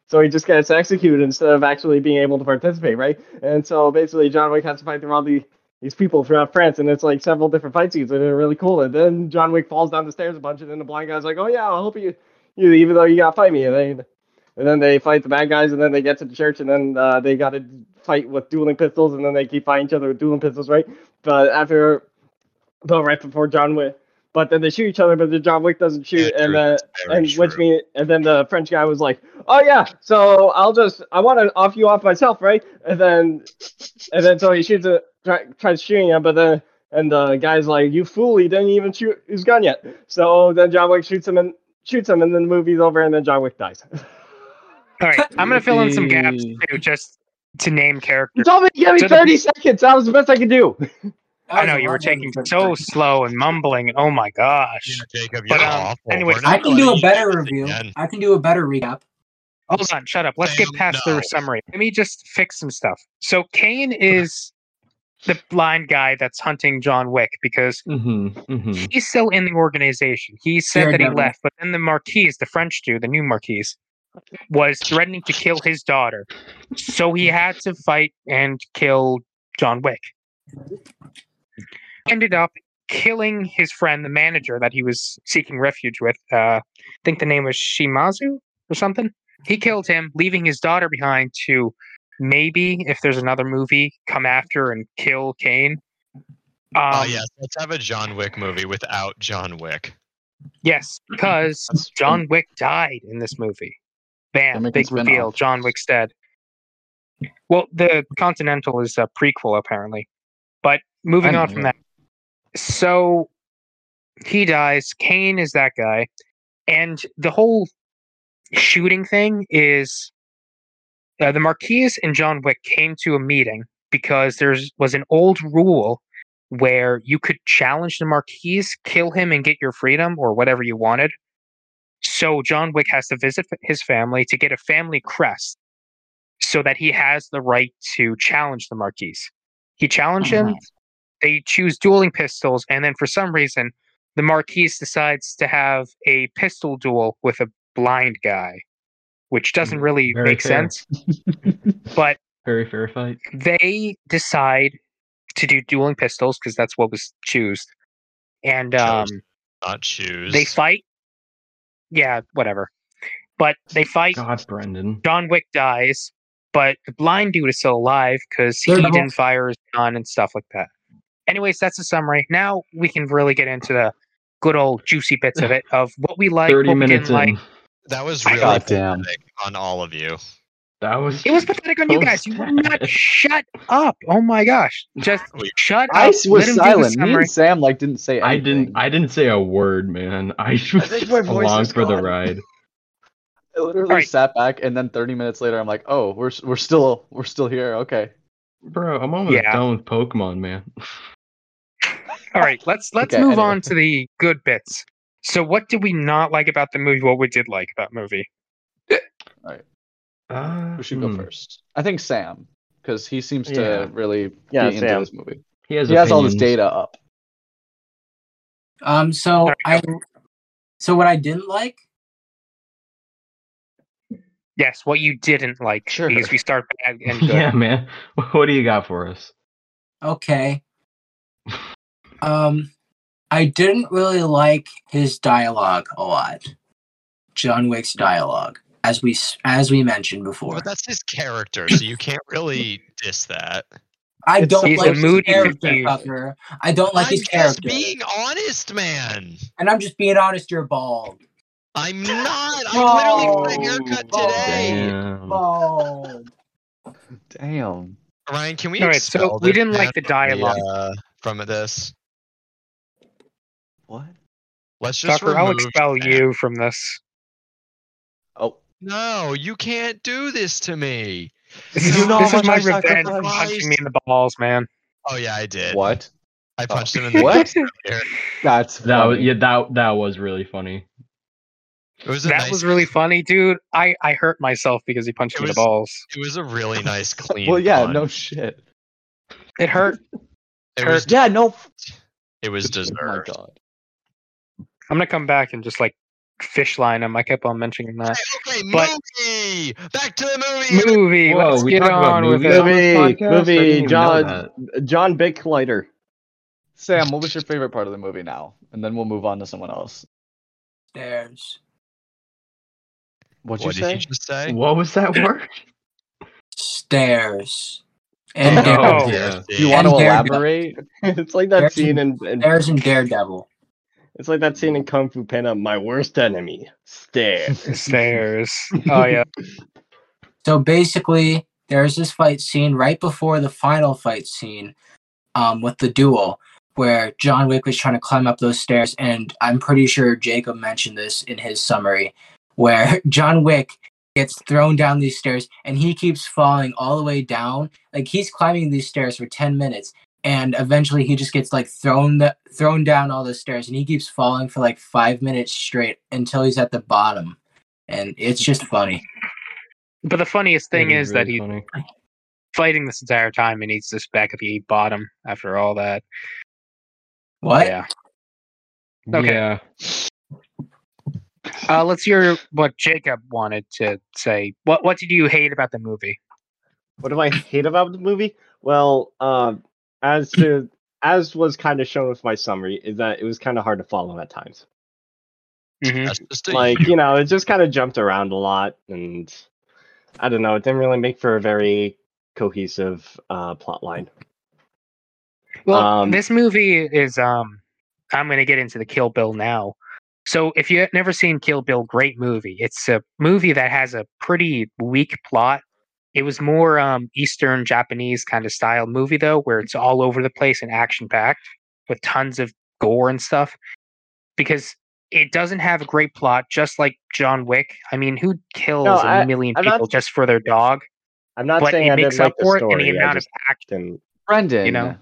[SPEAKER 6] so he just gets executed instead of actually being able to participate, right? And so basically, John Wick has to fight through all the these people throughout France, and it's like several different fight scenes, and they're really cool. And then John Wick falls down the stairs a bunch, and then the blind guy's like, "Oh yeah, I'll help you, you even though you gotta fight me." And then, and then they fight the bad guys, and then they get to the church, and then uh, they gotta fight with dueling pistols, and then they keep fighting each other with dueling pistols, right? But after, but right before John Wick, but then they shoot each other, but then John Wick doesn't shoot,
[SPEAKER 2] Yeah,
[SPEAKER 6] and
[SPEAKER 2] true.
[SPEAKER 6] then
[SPEAKER 2] Very
[SPEAKER 6] and which
[SPEAKER 2] true.
[SPEAKER 6] mean and then the French guy was like, "Oh yeah, so I'll just I want to off you off myself, right?" And then and then so he shoots a try, tries shooting him, but then and the guy's like, "You fool, he didn't even shoot his gun yet." So then John Wick shoots him and shoots him, and then the movie's over, and then John Wick dies. [LAUGHS]
[SPEAKER 1] All right, I'm gonna fill in some gaps
[SPEAKER 5] Yippee.
[SPEAKER 1] too, just to name
[SPEAKER 6] You
[SPEAKER 1] characters.
[SPEAKER 6] told me to give me
[SPEAKER 1] To the-
[SPEAKER 6] thirty seconds. That was the best I could do.
[SPEAKER 1] I know you were taking so slow and mumbling. and Oh my
[SPEAKER 2] Yeah,
[SPEAKER 1] gosh!
[SPEAKER 2] Jacob, you're
[SPEAKER 1] But, um,
[SPEAKER 2] awful.
[SPEAKER 1] anyways,
[SPEAKER 2] We're not
[SPEAKER 4] I can
[SPEAKER 2] gonna
[SPEAKER 4] do a
[SPEAKER 2] use
[SPEAKER 4] better
[SPEAKER 2] this
[SPEAKER 4] review.
[SPEAKER 2] again.
[SPEAKER 4] I can do a better recap.
[SPEAKER 1] Hold on, shut up. Let's get
[SPEAKER 2] Sam,
[SPEAKER 1] past
[SPEAKER 2] no.
[SPEAKER 1] the summary. Let me just fix some stuff. So Kane is the blind guy that's hunting John Wick because
[SPEAKER 3] hmm hmm
[SPEAKER 1] he's still in the organization. He said that he
[SPEAKER 4] Daredevil.
[SPEAKER 1] left, but then the Marquise, the French Jew, the new Marquise, was threatening to kill his daughter. So he had to fight and kill John Wick. Ended up killing his friend, the manager that he was seeking refuge with. Uh, I think the name was Shimazu or something. He killed him, leaving his daughter behind to maybe, if there's another movie, come after and kill Kane. Um,
[SPEAKER 2] oh yes, let's have a John Wick movie without John Wick.
[SPEAKER 3] [CLEARS THROAT]
[SPEAKER 1] Yes, because
[SPEAKER 5] That's-
[SPEAKER 1] John Wick died in this movie. Bam!
[SPEAKER 5] They're making
[SPEAKER 1] Big
[SPEAKER 5] spin-off.
[SPEAKER 1] reveal. John Wick's dead. Well, the Continental is a prequel apparently, but moving
[SPEAKER 3] I
[SPEAKER 1] on
[SPEAKER 3] know
[SPEAKER 1] from
[SPEAKER 3] that.
[SPEAKER 1] that. So he dies. Kane is that guy, and the whole shooting thing is uh, the Marquise and John Wick came to a meeting because there's was an old rule where you could challenge the Marquise, kill him, and get your freedom or whatever you wanted. So John Wick has to visit f- his family to get a family crest so that he has the right to challenge the Marquise. He challenged
[SPEAKER 3] Uh-huh.
[SPEAKER 1] him, they choose dueling pistols, and then for some reason, the Marquise decides to have a pistol duel with a blind guy, which doesn't
[SPEAKER 3] Mm,
[SPEAKER 1] really
[SPEAKER 3] very
[SPEAKER 1] make
[SPEAKER 3] fair.
[SPEAKER 1] sense. But
[SPEAKER 3] Very fair fight.
[SPEAKER 1] they decide to do dueling pistols because that's what was chosen. And um,
[SPEAKER 2] Chose. Not choose.
[SPEAKER 1] they fight. yeah, whatever. But they fight.
[SPEAKER 3] God, Brendan.
[SPEAKER 1] John Wick dies, but the blind dude is still alive because he
[SPEAKER 4] They're not-
[SPEAKER 1] didn't fire his gun and stuff like that. Anyways, that's the summary. Now we can really get into the good old juicy bits of it of what we like,
[SPEAKER 3] Thirty
[SPEAKER 1] what we
[SPEAKER 3] minutes
[SPEAKER 1] didn't
[SPEAKER 3] in.
[SPEAKER 1] like.
[SPEAKER 2] That was
[SPEAKER 1] I
[SPEAKER 2] really
[SPEAKER 1] got
[SPEAKER 5] damn.
[SPEAKER 2] pathetic on all of you.
[SPEAKER 3] That was.
[SPEAKER 1] It was pathetic on you
[SPEAKER 3] so
[SPEAKER 1] guys. You would not
[SPEAKER 3] sad.
[SPEAKER 1] shut up. Oh my gosh. Just
[SPEAKER 2] We-
[SPEAKER 1] shut
[SPEAKER 5] I
[SPEAKER 1] up.
[SPEAKER 5] s-
[SPEAKER 1] Let
[SPEAKER 5] was
[SPEAKER 1] him do the
[SPEAKER 5] silent. Me
[SPEAKER 1] summary.
[SPEAKER 5] and Sam like didn't say.
[SPEAKER 3] I
[SPEAKER 5] Anything.
[SPEAKER 3] didn't. I didn't say a word, man. [LAUGHS] I was
[SPEAKER 6] think
[SPEAKER 3] just
[SPEAKER 6] my voice
[SPEAKER 3] along
[SPEAKER 6] is
[SPEAKER 3] for the
[SPEAKER 6] gone.
[SPEAKER 3] ride.
[SPEAKER 5] I literally
[SPEAKER 1] Alright.
[SPEAKER 5] sat back, and then 30 minutes later, I'm like, "Oh, we're s- we're still we're still here." Okay.
[SPEAKER 3] Bro, I'm almost
[SPEAKER 1] Yeah.
[SPEAKER 3] done with Pokemon, man.
[SPEAKER 1] All right, let's let's
[SPEAKER 5] Okay,
[SPEAKER 1] move
[SPEAKER 5] anyway.
[SPEAKER 1] on to the good bits. So, what did we not like about the movie? What we did like about the movie?
[SPEAKER 3] Uh, [LAUGHS]
[SPEAKER 5] Who Uh, should
[SPEAKER 3] hmm.
[SPEAKER 5] go first? I think Sam, because he seems
[SPEAKER 6] Yeah.
[SPEAKER 5] to really
[SPEAKER 6] Yeah,
[SPEAKER 5] be into
[SPEAKER 6] Sam.
[SPEAKER 5] this movie.
[SPEAKER 3] He has,
[SPEAKER 5] He has all this
[SPEAKER 3] opinions.
[SPEAKER 5] data up.
[SPEAKER 4] Um, so
[SPEAKER 1] There
[SPEAKER 4] I, so what I didn't like,
[SPEAKER 1] Yes, what you didn't like.
[SPEAKER 5] Sure.
[SPEAKER 1] Because we start bad
[SPEAKER 3] [LAUGHS]
[SPEAKER 1] and good.
[SPEAKER 3] Yeah, man. What do you got for us?
[SPEAKER 4] okay. Um, I didn't really like his dialogue a lot. John Wick's dialogue, as we s- as we mentioned before.
[SPEAKER 2] But that's his character, so you
[SPEAKER 5] [LAUGHS]
[SPEAKER 2] can't really diss that.
[SPEAKER 4] I
[SPEAKER 5] It's
[SPEAKER 4] don't
[SPEAKER 5] supposed
[SPEAKER 4] like
[SPEAKER 5] to
[SPEAKER 4] his
[SPEAKER 5] be
[SPEAKER 4] character,
[SPEAKER 1] confused.
[SPEAKER 4] Tucker. I don't like
[SPEAKER 2] I'm
[SPEAKER 4] his character,
[SPEAKER 2] just being honest, man.
[SPEAKER 4] and I'm just being honest.
[SPEAKER 2] [LAUGHS]
[SPEAKER 4] You're bald.
[SPEAKER 2] I'm not. I literally got a
[SPEAKER 4] No.
[SPEAKER 2] haircut
[SPEAKER 4] Oh,
[SPEAKER 2] today.
[SPEAKER 3] Damn.
[SPEAKER 4] Bald.
[SPEAKER 5] Damn.
[SPEAKER 2] Ryan, can we?
[SPEAKER 1] All right, so
[SPEAKER 2] expel
[SPEAKER 1] we
[SPEAKER 2] this
[SPEAKER 1] didn't like
[SPEAKER 2] man
[SPEAKER 1] the
[SPEAKER 2] from
[SPEAKER 1] dialogue.
[SPEAKER 2] uh, from this.
[SPEAKER 5] What?
[SPEAKER 2] Let's just
[SPEAKER 1] Tucker, I'll
[SPEAKER 2] remove
[SPEAKER 1] expel
[SPEAKER 2] that.
[SPEAKER 1] you from this.
[SPEAKER 5] Oh,
[SPEAKER 2] No, you can't do this to me.
[SPEAKER 1] This
[SPEAKER 6] You
[SPEAKER 1] is,
[SPEAKER 6] do know
[SPEAKER 1] this
[SPEAKER 6] how
[SPEAKER 1] is my
[SPEAKER 6] much I
[SPEAKER 1] revenge for
[SPEAKER 6] sacrificed.
[SPEAKER 1] punching me in the balls, man.
[SPEAKER 2] Oh yeah, I did.
[SPEAKER 5] what?
[SPEAKER 2] I
[SPEAKER 5] Oh.
[SPEAKER 2] punched him in the
[SPEAKER 5] [LAUGHS]
[SPEAKER 1] [LAUGHS]
[SPEAKER 5] What?
[SPEAKER 2] face earlier.
[SPEAKER 5] That's
[SPEAKER 3] That was,
[SPEAKER 5] funny.
[SPEAKER 3] yeah, that that was really funny.
[SPEAKER 2] It was a
[SPEAKER 1] That
[SPEAKER 2] nice,
[SPEAKER 1] was really funny, dude. I, I hurt myself because he punched
[SPEAKER 2] It
[SPEAKER 1] me in the
[SPEAKER 2] was-
[SPEAKER 1] balls.
[SPEAKER 2] It was a really nice clean.
[SPEAKER 5] [LAUGHS] Well, yeah,
[SPEAKER 2] punch.
[SPEAKER 5] no shit.
[SPEAKER 1] It hurt.
[SPEAKER 2] It was,
[SPEAKER 5] Yeah, no. f-
[SPEAKER 2] [LAUGHS] it was
[SPEAKER 5] Oh [LAUGHS] my
[SPEAKER 2] deserved.
[SPEAKER 5] god.
[SPEAKER 1] I'm gonna come back and just like fish line him. I kept on mentioning
[SPEAKER 2] [LAUGHS]
[SPEAKER 1] that.
[SPEAKER 2] Okay,
[SPEAKER 1] But-
[SPEAKER 2] movie. Back to the movie.
[SPEAKER 1] Movie.
[SPEAKER 3] Whoa,
[SPEAKER 1] let's
[SPEAKER 3] we
[SPEAKER 1] get
[SPEAKER 3] talked about
[SPEAKER 1] on with
[SPEAKER 3] movies?
[SPEAKER 1] it.
[SPEAKER 3] Movie.
[SPEAKER 6] Movie,
[SPEAKER 3] podcast? I didn't
[SPEAKER 6] movie,
[SPEAKER 3] even know
[SPEAKER 6] John,
[SPEAKER 3] that.
[SPEAKER 6] John Big Collider.
[SPEAKER 5] Sam, what was your favorite part of the movie now? And then we'll move on to someone else.
[SPEAKER 4] Stairs.
[SPEAKER 5] What'd you
[SPEAKER 2] What did
[SPEAKER 5] say?
[SPEAKER 2] you just say?
[SPEAKER 3] [LAUGHS] What was that
[SPEAKER 1] [LAUGHS]
[SPEAKER 3] word?
[SPEAKER 4] Stairs. And
[SPEAKER 3] [LAUGHS]
[SPEAKER 1] Oh,
[SPEAKER 4] Daredevil.
[SPEAKER 1] no.
[SPEAKER 3] yeah.
[SPEAKER 5] Do you want to
[SPEAKER 4] And Daredevil.
[SPEAKER 5] elaborate?
[SPEAKER 6] [LAUGHS] it's like that
[SPEAKER 4] There's-
[SPEAKER 6] scene in, in
[SPEAKER 4] Stairs and Daredevil.
[SPEAKER 6] it's like that scene in Kung Fu Panda. My worst enemy, stare.
[SPEAKER 1] Stairs. Oh
[SPEAKER 3] [LAUGHS]
[SPEAKER 1] yeah.
[SPEAKER 4] So basically, there's this fight scene right before the final fight scene um, with the duel where John Wick was trying to climb up those stairs. And I'm pretty sure Jacob mentioned this in his summary where [LAUGHS] John Wick gets thrown down these stairs and he keeps falling all the way down. Like he's climbing these stairs for 10 minutes. And eventually he just gets like thrown the, thrown down all the stairs and he keeps falling for like five minutes straight until he's at the bottom. And it's just funny.
[SPEAKER 1] But the funniest thing
[SPEAKER 3] It
[SPEAKER 1] is that
[SPEAKER 3] really
[SPEAKER 1] he's
[SPEAKER 3] funny.
[SPEAKER 1] fighting this entire time and he's just back at the bottom after all that.
[SPEAKER 4] What?
[SPEAKER 1] Yeah. Okay.
[SPEAKER 3] Yeah.
[SPEAKER 1] Uh, let's hear what Jacob wanted to say. What What did you hate about the movie?
[SPEAKER 6] what do I hate about the movie? Well, uh, as to as was kind of shown with my summary, is that it was kind of hard to follow at times.
[SPEAKER 2] That's just a
[SPEAKER 6] Like you know, it just kind of jumped around a lot, and I don't know. It didn't really make for a very cohesive uh, plot line.
[SPEAKER 1] Well,
[SPEAKER 6] Um,
[SPEAKER 1] this movie is. Um, I'm going to get into the Kill Bill now. So, if you've never seen Kill Bill, great movie. It's a movie that has a pretty weak plot. It was more um, Eastern Japanese kind of style movie though, where it's all over the place and action packed with tons of gore and stuff. Because it doesn't have a great plot, just like John Wick. I mean, who kills a
[SPEAKER 6] I-
[SPEAKER 1] million
[SPEAKER 6] I'm not-
[SPEAKER 1] people just for their dog?
[SPEAKER 6] I'm not
[SPEAKER 1] but
[SPEAKER 6] saying
[SPEAKER 1] it
[SPEAKER 6] I
[SPEAKER 1] makes
[SPEAKER 6] didn't
[SPEAKER 1] up
[SPEAKER 6] like the
[SPEAKER 1] for it in
[SPEAKER 6] story.
[SPEAKER 1] the
[SPEAKER 6] I
[SPEAKER 1] amount of
[SPEAKER 6] just
[SPEAKER 1] action.
[SPEAKER 6] didn't.
[SPEAKER 5] Brendan.
[SPEAKER 1] You know?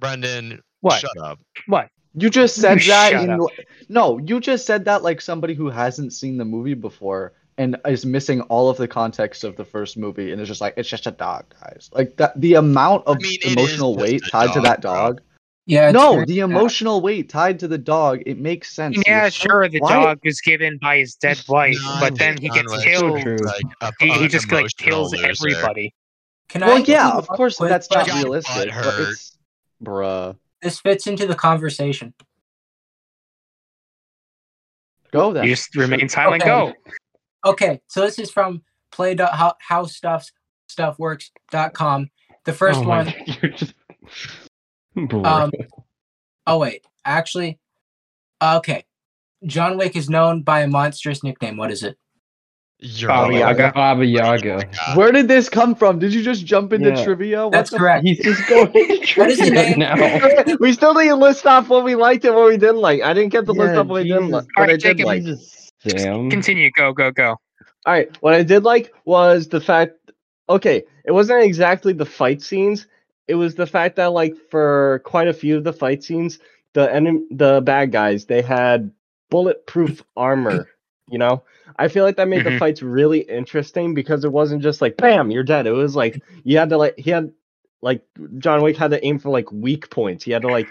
[SPEAKER 2] Brendan.
[SPEAKER 1] What?
[SPEAKER 2] Shut up.
[SPEAKER 1] What?
[SPEAKER 5] You just said that
[SPEAKER 1] Shut
[SPEAKER 5] in
[SPEAKER 1] up.
[SPEAKER 5] li- no, you just said that like somebody who hasn't seen the movie before and is missing all of the context of the first movie and is just like it's just a dog, guys. Like that the amount of
[SPEAKER 2] I mean, it is
[SPEAKER 5] emotional
[SPEAKER 2] just
[SPEAKER 5] weight
[SPEAKER 2] a
[SPEAKER 5] tied to
[SPEAKER 2] dog,
[SPEAKER 5] that
[SPEAKER 2] bro.
[SPEAKER 5] dog.
[SPEAKER 4] Yeah. it's
[SPEAKER 5] No,
[SPEAKER 4] very
[SPEAKER 5] the
[SPEAKER 4] sad.
[SPEAKER 5] emotional weight tied to the dog, it makes sense. You're
[SPEAKER 1] Yeah,
[SPEAKER 5] so
[SPEAKER 1] sure. The
[SPEAKER 5] quiet.
[SPEAKER 1] dog was given by his dead wife, but then he gets
[SPEAKER 2] Conway.
[SPEAKER 1] killed.
[SPEAKER 3] True.
[SPEAKER 2] Like a,
[SPEAKER 1] He, he
[SPEAKER 2] an
[SPEAKER 1] just like
[SPEAKER 2] emotional
[SPEAKER 1] kills
[SPEAKER 2] loser.
[SPEAKER 1] everybody.
[SPEAKER 4] Can
[SPEAKER 5] Well,
[SPEAKER 4] I?
[SPEAKER 5] yeah,
[SPEAKER 4] do
[SPEAKER 5] of
[SPEAKER 4] one
[SPEAKER 5] course
[SPEAKER 4] quick
[SPEAKER 5] that's not
[SPEAKER 4] question?
[SPEAKER 2] got
[SPEAKER 5] realistic, but
[SPEAKER 2] butthurt.
[SPEAKER 5] it's bruh.
[SPEAKER 4] This fits into the conversation.
[SPEAKER 5] Go then.
[SPEAKER 1] You just remain silent. Go.
[SPEAKER 4] Okay, so this is from play dot how, how stuff stuff works dot com. The first
[SPEAKER 3] Oh
[SPEAKER 4] one.
[SPEAKER 3] [LAUGHS] my- You're just. [LAUGHS] Bro.
[SPEAKER 4] Um, oh wait, actually, okay. John Wick is known by a monstrous nickname. What is it?
[SPEAKER 2] You're
[SPEAKER 1] Baba
[SPEAKER 2] right.
[SPEAKER 1] Yaga.
[SPEAKER 3] Baba Yaga.
[SPEAKER 2] God.
[SPEAKER 5] Where did this come from? Did you just jump into
[SPEAKER 3] Yeah.
[SPEAKER 5] trivia? What
[SPEAKER 4] That's
[SPEAKER 5] the-
[SPEAKER 4] correct.
[SPEAKER 3] He's just
[SPEAKER 4] [LAUGHS]
[SPEAKER 3] going to
[SPEAKER 4] What is his
[SPEAKER 3] trivia
[SPEAKER 4] name?
[SPEAKER 3] now.
[SPEAKER 6] we still didn't list off what we liked and what we didn't like. I didn't get to list
[SPEAKER 3] Yeah,
[SPEAKER 6] off what I didn't
[SPEAKER 3] Jesus.
[SPEAKER 6] like. What I
[SPEAKER 1] Alright,
[SPEAKER 6] did
[SPEAKER 1] Jacob,
[SPEAKER 6] like.
[SPEAKER 3] Jesus, Sam.
[SPEAKER 1] Continue. Go. Go. Go.
[SPEAKER 6] All right, what I did like was the fact. Okay, it wasn't exactly the fight scenes. It was the fact that like for quite a few of the fight scenes, the enemy, the bad guys, they had bulletproof armor. You know, I feel like that made the
[SPEAKER 1] Mhm.
[SPEAKER 6] fights really interesting because it wasn't just like bam, you're dead. It was like you had to like he had like John Wick had to aim for like weak points. He had to like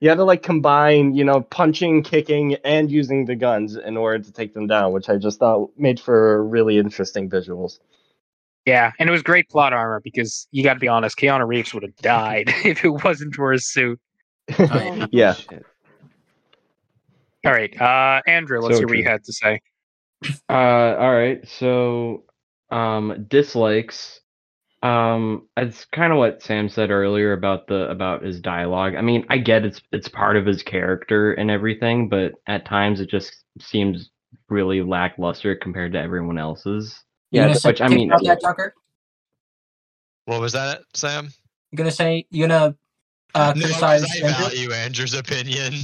[SPEAKER 6] you had to like combine, you know, punching, kicking, and using the guns in order to take them down, which I just thought made for really interesting visuals.
[SPEAKER 1] Yeah, and it was great plot armor because you got to be honest, Keanu Reeves would have died [LAUGHS] if it wasn't for his suit.
[SPEAKER 4] Oh,
[SPEAKER 6] Yeah.
[SPEAKER 1] All right, uh, Andrew, let's
[SPEAKER 3] So
[SPEAKER 1] hear what you
[SPEAKER 3] true.
[SPEAKER 1] had to say.
[SPEAKER 3] Uh, all right. So, um, dislikes. Um, it's kind of what Sam said earlier about the about his dialogue. I mean, I get it's it's part of his character and everything, but at times it just seems really lackluster compared to everyone else's.
[SPEAKER 4] You
[SPEAKER 3] Yeah,
[SPEAKER 4] gonna
[SPEAKER 3] which
[SPEAKER 4] say-
[SPEAKER 3] I
[SPEAKER 4] think
[SPEAKER 3] mean,
[SPEAKER 4] about that, Tucker?
[SPEAKER 2] What was that, Sam?
[SPEAKER 4] You gonna say you gonna uh,
[SPEAKER 2] No, 'cause
[SPEAKER 4] criticize
[SPEAKER 2] I
[SPEAKER 4] Andrew?
[SPEAKER 2] value Andrew's opinion. [LAUGHS]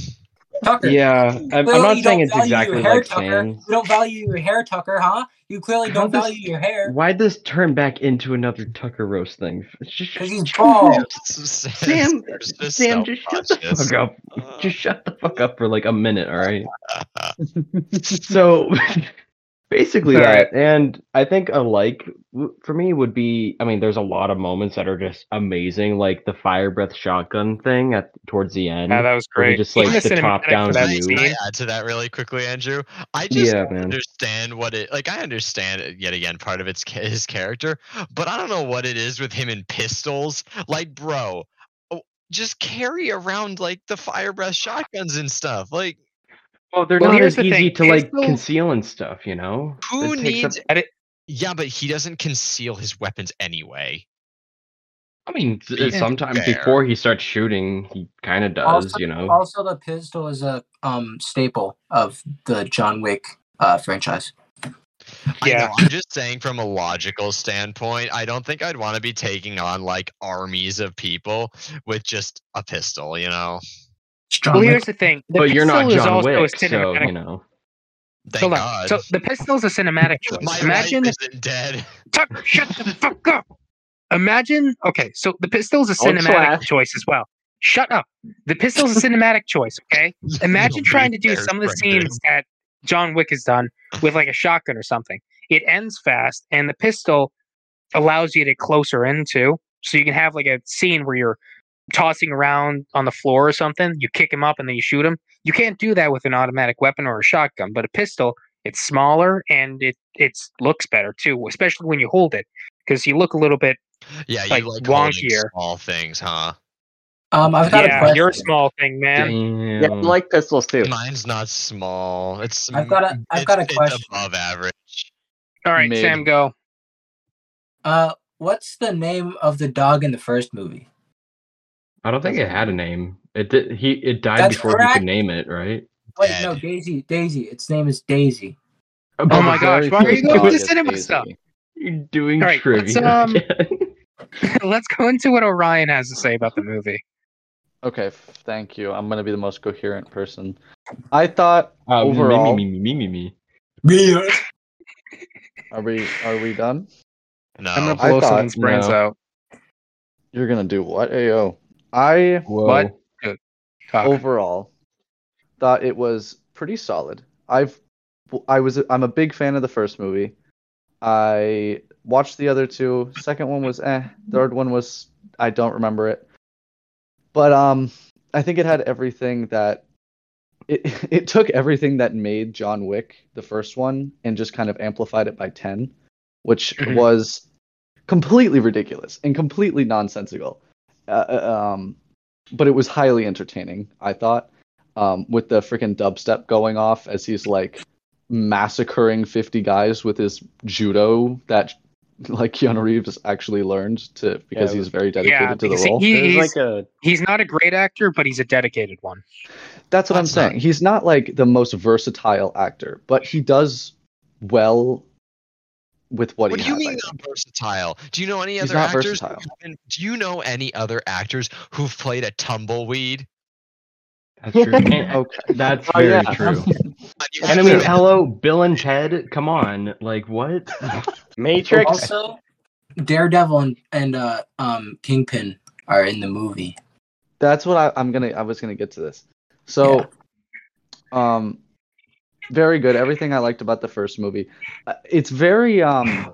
[SPEAKER 4] Tucker?
[SPEAKER 3] Yeah, I'm, I'm
[SPEAKER 4] Clearly
[SPEAKER 3] not
[SPEAKER 4] you
[SPEAKER 3] saying
[SPEAKER 4] don't
[SPEAKER 3] it's
[SPEAKER 4] value
[SPEAKER 3] exactly
[SPEAKER 4] your hair,
[SPEAKER 3] like
[SPEAKER 4] Tucker.
[SPEAKER 3] Sam's.
[SPEAKER 4] You don't value your hair, Tucker, huh? You clearly
[SPEAKER 3] How
[SPEAKER 4] don't
[SPEAKER 3] does-
[SPEAKER 4] value your hair
[SPEAKER 3] Why'd this turn back into another Tucker roast thing?
[SPEAKER 4] because he's bald.
[SPEAKER 2] [LAUGHS] Sam,
[SPEAKER 3] Sam, just shut the fuck up.
[SPEAKER 2] Uh,
[SPEAKER 3] Just shut the fuck up for like a minute,
[SPEAKER 2] [LAUGHS]
[SPEAKER 3] all right? so [LAUGHS] basically
[SPEAKER 1] All
[SPEAKER 3] that and i think a like w- for me would be i mean there's a lot of moments that are just amazing like the fire breath shotgun thing at towards the end
[SPEAKER 1] Yeah, that was
[SPEAKER 3] where he
[SPEAKER 1] great.
[SPEAKER 3] just, like,
[SPEAKER 1] Even
[SPEAKER 3] the
[SPEAKER 1] cinematic
[SPEAKER 3] top-down
[SPEAKER 1] for
[SPEAKER 2] Can
[SPEAKER 1] that
[SPEAKER 3] view.
[SPEAKER 1] scene.
[SPEAKER 2] I add to that really quickly, Andrew? I just
[SPEAKER 3] yeah man
[SPEAKER 2] understand what it like. I understand it, yet again part of its ca- his character, but I don't know what it is with him and pistols. Like, bro, oh, just carry around like the fire breath shotguns and stuff. Like,
[SPEAKER 3] well they're
[SPEAKER 1] Well,
[SPEAKER 3] not
[SPEAKER 1] here's
[SPEAKER 3] as
[SPEAKER 1] the
[SPEAKER 3] easy
[SPEAKER 1] thing,
[SPEAKER 3] to like
[SPEAKER 1] pistol-
[SPEAKER 3] conceal and stuff you know
[SPEAKER 2] who
[SPEAKER 3] It takes up-
[SPEAKER 2] needs?
[SPEAKER 1] Edit-
[SPEAKER 2] yeah, but he doesn't conceal his weapons anyway.
[SPEAKER 3] i mean
[SPEAKER 2] Be
[SPEAKER 3] th- sometimes
[SPEAKER 2] fair.
[SPEAKER 3] before he starts shooting he kind of does
[SPEAKER 4] Also-
[SPEAKER 3] you know
[SPEAKER 4] Also, the pistol is a um staple of the John Wick uh, franchise.
[SPEAKER 2] I
[SPEAKER 1] Yeah.
[SPEAKER 2] know, I'm just saying from a logical standpoint, I don't think I'd want to be taking on like armies of people with just a pistol, you know.
[SPEAKER 4] It's John
[SPEAKER 1] Well,
[SPEAKER 4] Wick.
[SPEAKER 1] here's the thing. The
[SPEAKER 3] but you're not
[SPEAKER 1] pistol is
[SPEAKER 3] john
[SPEAKER 1] also a
[SPEAKER 3] wick so
[SPEAKER 1] cinematic-
[SPEAKER 3] you know
[SPEAKER 2] Thank
[SPEAKER 1] Hold on.
[SPEAKER 2] God.
[SPEAKER 3] [LAUGHS]
[SPEAKER 1] So the pistol is a cinematic choice.
[SPEAKER 2] My
[SPEAKER 1] Imagine
[SPEAKER 2] wife isn't dead. [LAUGHS]
[SPEAKER 1] Tuck, shut the fuck up. Imagine, okay, so the pistol's a
[SPEAKER 6] Don't
[SPEAKER 1] cinematic
[SPEAKER 6] slash.
[SPEAKER 1] choice as well. Shut up. The pistol's a cinematic choice, okay? Imagine
[SPEAKER 2] You'll be
[SPEAKER 1] trying to do
[SPEAKER 2] there,
[SPEAKER 1] some of the
[SPEAKER 2] Brendan.
[SPEAKER 1] scenes that John Wick has done with like a shotgun or something. It ends fast, and the pistol allows you to closer into, so you can have like a scene where you're tossing around on the floor or something. You kick him up and then you shoot him. You can't do that with an automatic weapon or a shotgun, but a pistol, it's smaller and it it's looks better too, especially when you hold it because you look a little bit.
[SPEAKER 2] Yeah,
[SPEAKER 1] Like,
[SPEAKER 2] you like, holding
[SPEAKER 1] wonkier.
[SPEAKER 2] small things, huh?
[SPEAKER 4] Um, I've got a
[SPEAKER 1] Yeah,
[SPEAKER 4] question.
[SPEAKER 1] you're a small thing, man.
[SPEAKER 3] Damn.
[SPEAKER 6] Yeah, I like pistols too.
[SPEAKER 2] Mine's not small. It's
[SPEAKER 4] I've got a- I've
[SPEAKER 2] it's-
[SPEAKER 4] got a
[SPEAKER 2] it's
[SPEAKER 4] question.
[SPEAKER 2] above average.
[SPEAKER 1] All right,
[SPEAKER 5] Mid.
[SPEAKER 1] Sam, go. [LAUGHS]
[SPEAKER 4] Uh, what's the name of the dog in the first movie?
[SPEAKER 3] I don't think it had a name. It did. He it died
[SPEAKER 4] That's
[SPEAKER 3] before he
[SPEAKER 4] correct.
[SPEAKER 3] could name it, right?
[SPEAKER 4] Wait,
[SPEAKER 2] Dead.
[SPEAKER 4] no, Daisy. Daisy. Its name is Daisy.
[SPEAKER 1] Oh my gosh, why are you going to
[SPEAKER 5] Dog
[SPEAKER 1] the
[SPEAKER 5] is
[SPEAKER 1] cinema
[SPEAKER 5] Daisy.
[SPEAKER 1] stuff?
[SPEAKER 3] You're doing
[SPEAKER 1] All right, let's,
[SPEAKER 3] trivia. [LAUGHS]
[SPEAKER 1] um,
[SPEAKER 3] again.
[SPEAKER 1] Let's go into what Orion has to say about the movie.
[SPEAKER 5] Okay, f- thank you. I'm gonna be the most coherent person. I thought
[SPEAKER 3] Uh, me,
[SPEAKER 5] overall.
[SPEAKER 3] me, me, me, me, me.
[SPEAKER 5] Are we are we done?
[SPEAKER 2] No.
[SPEAKER 1] I'm gonna
[SPEAKER 5] Oh, I
[SPEAKER 1] blow
[SPEAKER 5] thought-
[SPEAKER 1] someone's brains
[SPEAKER 3] no.
[SPEAKER 1] out.
[SPEAKER 5] You're gonna do what? Ayo. I
[SPEAKER 3] Whoa.
[SPEAKER 1] What? Fuck.
[SPEAKER 5] Oh, overall thought it was pretty solid. I've I was I'm a big fan of the first movie. I watched the other two. Second one was eh. Third one was I don't remember it. But um I think it had everything that it [LAUGHS] it took everything that made John Wick the first one and just kind of amplified it by 10, which
[SPEAKER 2] Mm-hmm.
[SPEAKER 1] Mhm.
[SPEAKER 5] was completely ridiculous and completely nonsensical. Uh, uh, um but it was highly entertaining, I thought. Um, with the freaking dubstep going off as he's like massacring 50 guys with his judo that like Keanu Reeves actually learned to because
[SPEAKER 6] Yeah.
[SPEAKER 5] he's very dedicated
[SPEAKER 1] Yeah,
[SPEAKER 5] to the
[SPEAKER 1] because
[SPEAKER 5] role.
[SPEAKER 1] he-
[SPEAKER 6] There's
[SPEAKER 1] He's-
[SPEAKER 6] like a
[SPEAKER 1] He's not a great actor, but he's a dedicated one.
[SPEAKER 5] That's what I'm
[SPEAKER 2] That's not-
[SPEAKER 5] saying. He's not like the most versatile actor, but he does well with what,
[SPEAKER 2] What
[SPEAKER 5] he
[SPEAKER 2] do you
[SPEAKER 5] has, I
[SPEAKER 2] mean
[SPEAKER 5] think.
[SPEAKER 2] not versatile? Do you know any
[SPEAKER 5] He's
[SPEAKER 2] other
[SPEAKER 5] not
[SPEAKER 2] actors? who
[SPEAKER 5] versatile.
[SPEAKER 2] haven't- Do you know any other actors who've played a tumbleweed?
[SPEAKER 3] That's true. And-
[SPEAKER 5] Okay.
[SPEAKER 3] That's
[SPEAKER 6] Oh,
[SPEAKER 3] very
[SPEAKER 6] yeah.
[SPEAKER 3] true.
[SPEAKER 2] You have
[SPEAKER 3] And
[SPEAKER 2] to-
[SPEAKER 3] I mean, hello, Bill and Ted. Come on, like what? [LAUGHS]
[SPEAKER 6] Matrix.
[SPEAKER 4] Also, Daredevil and, and uh, um, Kingpin are in the movie.
[SPEAKER 5] That's what I, I'm gonna I was gonna get to this. So um very good. Everything I liked about the first movie. Uh, It's very um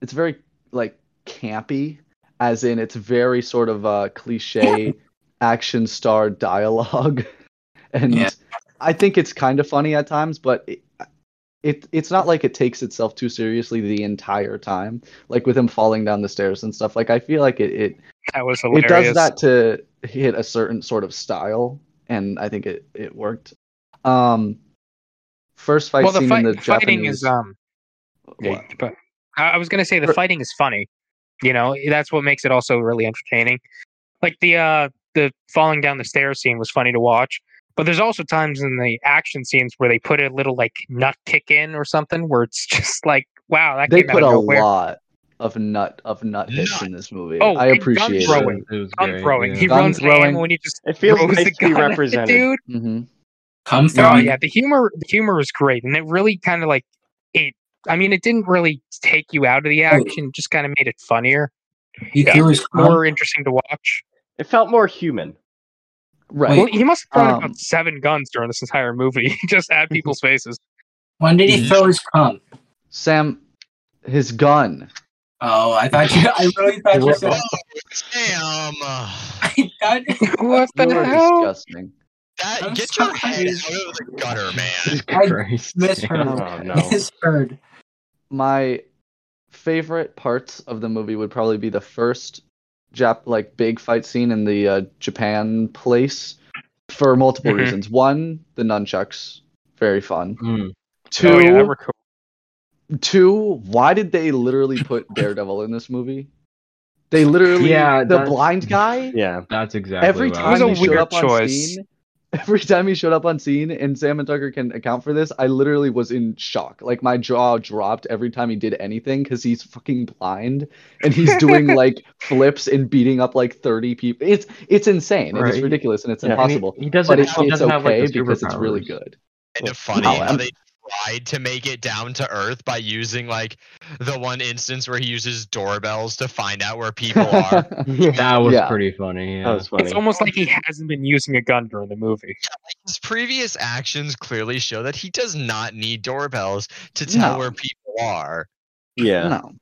[SPEAKER 5] it's very like campy, as in it's very sort of uh cliche action star dialogue. [LAUGHS] And
[SPEAKER 4] Yeah.
[SPEAKER 5] I think it's kind of funny at times, but it, it it's not like it takes itself too seriously the entire time. Like with him falling down the stairs and stuff. Like I feel like it, it
[SPEAKER 1] That was hilarious.
[SPEAKER 5] it does that to hit a certain sort of style, and I think it it worked. Um, first fight
[SPEAKER 1] well, the
[SPEAKER 5] scene
[SPEAKER 1] fight,
[SPEAKER 5] in the
[SPEAKER 1] fighting
[SPEAKER 5] Japanese.
[SPEAKER 1] is um. yeah,
[SPEAKER 5] what?
[SPEAKER 1] you- but I I was gonna say the
[SPEAKER 5] For-
[SPEAKER 1] fighting is funny. You know, that's what makes it also really entertaining. Like the uh the falling down the stairs scene was funny to watch. But there's also times in the action scenes where they put a little like nut kick in or something where it's [LAUGHS] just like, wow, that
[SPEAKER 5] they
[SPEAKER 1] came
[SPEAKER 5] put
[SPEAKER 1] out
[SPEAKER 5] a
[SPEAKER 1] of nowhere.
[SPEAKER 5] lot of nut of nut hits in this movie.
[SPEAKER 1] Oh,
[SPEAKER 5] I
[SPEAKER 1] and gun
[SPEAKER 5] appreciate it.
[SPEAKER 1] throwing.
[SPEAKER 3] It was
[SPEAKER 1] Gun
[SPEAKER 3] great,
[SPEAKER 1] throwing.
[SPEAKER 3] yeah.
[SPEAKER 1] He
[SPEAKER 6] Um,
[SPEAKER 5] Gun
[SPEAKER 1] runs
[SPEAKER 5] throwing.
[SPEAKER 1] throwing. and he just
[SPEAKER 6] It feels
[SPEAKER 1] throws
[SPEAKER 6] nice
[SPEAKER 1] the
[SPEAKER 6] to be
[SPEAKER 1] gun at the
[SPEAKER 6] represented.
[SPEAKER 1] dude.
[SPEAKER 5] hmm
[SPEAKER 4] Come
[SPEAKER 1] Oh
[SPEAKER 5] Mm-hmm.
[SPEAKER 4] from
[SPEAKER 1] yeah, the humor the humor is great, and it really kind of like it. I mean, it didn't really take you out of the
[SPEAKER 4] Oh.
[SPEAKER 1] action; it just kind of made it funnier,
[SPEAKER 4] you
[SPEAKER 1] yeah.
[SPEAKER 4] feel his cum?
[SPEAKER 1] more interesting to watch.
[SPEAKER 6] It felt more human.
[SPEAKER 5] Right.
[SPEAKER 1] Well, he must have thrown
[SPEAKER 5] Um,
[SPEAKER 1] about seven guns during this entire movie, [LAUGHS] just at people's faces.
[SPEAKER 4] When did he
[SPEAKER 2] Mhm.
[SPEAKER 4] throw his cum?
[SPEAKER 5] Sam, his gun.
[SPEAKER 4] Oh, I thought you. I really thought you said.
[SPEAKER 2] Damn. uh,
[SPEAKER 4] [LAUGHS] I thought.
[SPEAKER 1] What the
[SPEAKER 5] You are
[SPEAKER 1] hell?
[SPEAKER 5] disgusting.
[SPEAKER 2] That,
[SPEAKER 4] I'm
[SPEAKER 2] get your
[SPEAKER 4] sorry.
[SPEAKER 2] head out of the gutter, man.
[SPEAKER 3] Jesus Christ. [LAUGHS]
[SPEAKER 4] misheard.
[SPEAKER 3] yeah.
[SPEAKER 6] Oh
[SPEAKER 4] [LAUGHS]
[SPEAKER 6] [LAUGHS] no.
[SPEAKER 4] Misheard.
[SPEAKER 5] My favorite parts of the movie would probably be the first Jap like big fight scene in the uh, Japan place for multiple
[SPEAKER 1] Mhm.
[SPEAKER 5] reasons. One, the nunchucks, very fun.
[SPEAKER 3] Mm.
[SPEAKER 5] Two,
[SPEAKER 1] Oh, yeah, that were cool.
[SPEAKER 5] two, why did they literally put Daredevil in this movie? They literally
[SPEAKER 3] Yeah,
[SPEAKER 5] the
[SPEAKER 3] that-
[SPEAKER 5] blind guy.
[SPEAKER 6] Yeah.
[SPEAKER 3] That's exactly
[SPEAKER 5] Every
[SPEAKER 3] what I
[SPEAKER 5] time
[SPEAKER 1] was
[SPEAKER 5] he
[SPEAKER 1] a
[SPEAKER 5] showed
[SPEAKER 1] weird
[SPEAKER 5] up on
[SPEAKER 1] choice.
[SPEAKER 5] scene, [LAUGHS] every time he showed up on scene, and Sam and Tucker can account for this, I literally was in shock. Like my jaw dropped every time he did anything because he's fucking blind and he's
[SPEAKER 3] [LAUGHS]
[SPEAKER 5] doing like flips and beating up like thirty people. It's it's insane and
[SPEAKER 3] Right.
[SPEAKER 5] it's ridiculous and it's
[SPEAKER 6] Yeah.
[SPEAKER 3] And he-
[SPEAKER 5] impossible.
[SPEAKER 3] He, doesn't,
[SPEAKER 5] But it,
[SPEAKER 3] he
[SPEAKER 5] it's
[SPEAKER 3] doesn't have like
[SPEAKER 5] okay
[SPEAKER 3] the
[SPEAKER 5] because it's really
[SPEAKER 3] superpowers.
[SPEAKER 5] good.
[SPEAKER 2] kind of
[SPEAKER 5] Well,
[SPEAKER 2] funny
[SPEAKER 5] no,
[SPEAKER 2] how
[SPEAKER 5] I'm-
[SPEAKER 2] they tried to make it down to earth by using like the one instance where he uses doorbells to find out where
[SPEAKER 5] [LAUGHS]
[SPEAKER 2] people are.
[SPEAKER 6] that
[SPEAKER 3] [LAUGHS] That was
[SPEAKER 5] Yeah.
[SPEAKER 3] pretty funny. Yeah.
[SPEAKER 6] was funny.
[SPEAKER 1] It's almost like he hasn't been using a gun during the movie.
[SPEAKER 2] His previous actions clearly show that he does not need doorbells to tell
[SPEAKER 5] No.
[SPEAKER 2] where people are.
[SPEAKER 6] yeah.
[SPEAKER 5] No.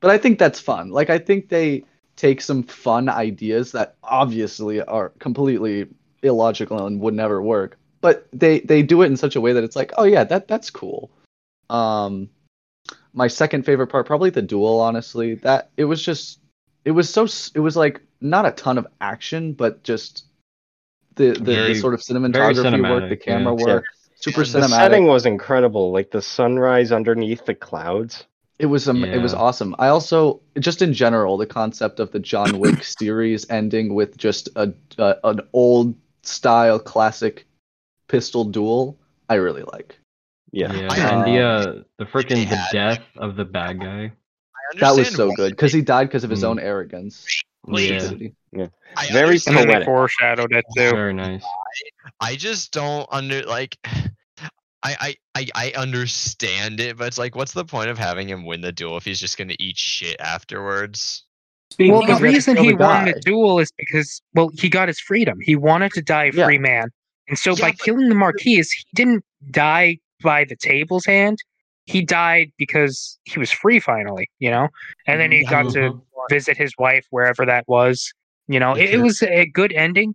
[SPEAKER 5] But I think that's fun. Like I think they take some fun ideas that obviously are completely illogical and would never work, but they they do it in such a way that it's like, "Oh yeah, that that's cool." Um my second favorite part probably the duel honestly. That it was just it was so s- it was like not a ton of action, but just the the,
[SPEAKER 3] Very-
[SPEAKER 5] the sort of
[SPEAKER 3] very
[SPEAKER 5] cinematography work, the
[SPEAKER 3] cinematic,
[SPEAKER 5] camera
[SPEAKER 6] yeah.
[SPEAKER 5] work, super
[SPEAKER 2] And the
[SPEAKER 6] The
[SPEAKER 5] cinematic.
[SPEAKER 6] setting was incredible. Like the sunrise underneath the clouds.
[SPEAKER 5] It was um, it was
[SPEAKER 3] Yeah.
[SPEAKER 5] awesome. I also just in general the concept of the John
[SPEAKER 3] [COUGHS]
[SPEAKER 5] Wick series ending with just a, a an old style classic pistol duel. I really like.
[SPEAKER 6] Yeah.
[SPEAKER 2] I-
[SPEAKER 3] and the uh, the
[SPEAKER 2] They
[SPEAKER 3] freaking the
[SPEAKER 2] had-
[SPEAKER 3] death of the bad guy.
[SPEAKER 2] I
[SPEAKER 5] That was
[SPEAKER 2] understand
[SPEAKER 5] so
[SPEAKER 2] why
[SPEAKER 5] good because he died because of his
[SPEAKER 3] Mm.
[SPEAKER 5] own arrogance. and
[SPEAKER 2] Please.
[SPEAKER 3] Yeah,
[SPEAKER 5] stupidity.
[SPEAKER 2] I
[SPEAKER 6] Very
[SPEAKER 1] And
[SPEAKER 2] understand
[SPEAKER 1] then they
[SPEAKER 6] Poetic.
[SPEAKER 1] foreshadowed it too.
[SPEAKER 3] very nice.
[SPEAKER 2] I just don't under like [SIGHS] I, I I I understand it, but it's like what's the point of having him win the duel if he's just gonna eat shit afterwards?
[SPEAKER 4] Speaking
[SPEAKER 1] Well, the
[SPEAKER 4] of,
[SPEAKER 5] because we had to
[SPEAKER 1] reason
[SPEAKER 5] kill
[SPEAKER 1] he
[SPEAKER 5] the
[SPEAKER 1] won the
[SPEAKER 5] guy.
[SPEAKER 1] duel is because, well, he got his freedom. He wanted to die a
[SPEAKER 5] Yeah.
[SPEAKER 1] free man. And so
[SPEAKER 2] Yeah,
[SPEAKER 1] by
[SPEAKER 2] but-
[SPEAKER 1] killing the Marquise, he didn't die by the table's hand. He died because he was free finally, you know? And then he got to
[SPEAKER 3] Mhm.
[SPEAKER 1] visit his wife wherever that was. You know,
[SPEAKER 4] Mm-hmm.
[SPEAKER 1] it, it was a good ending,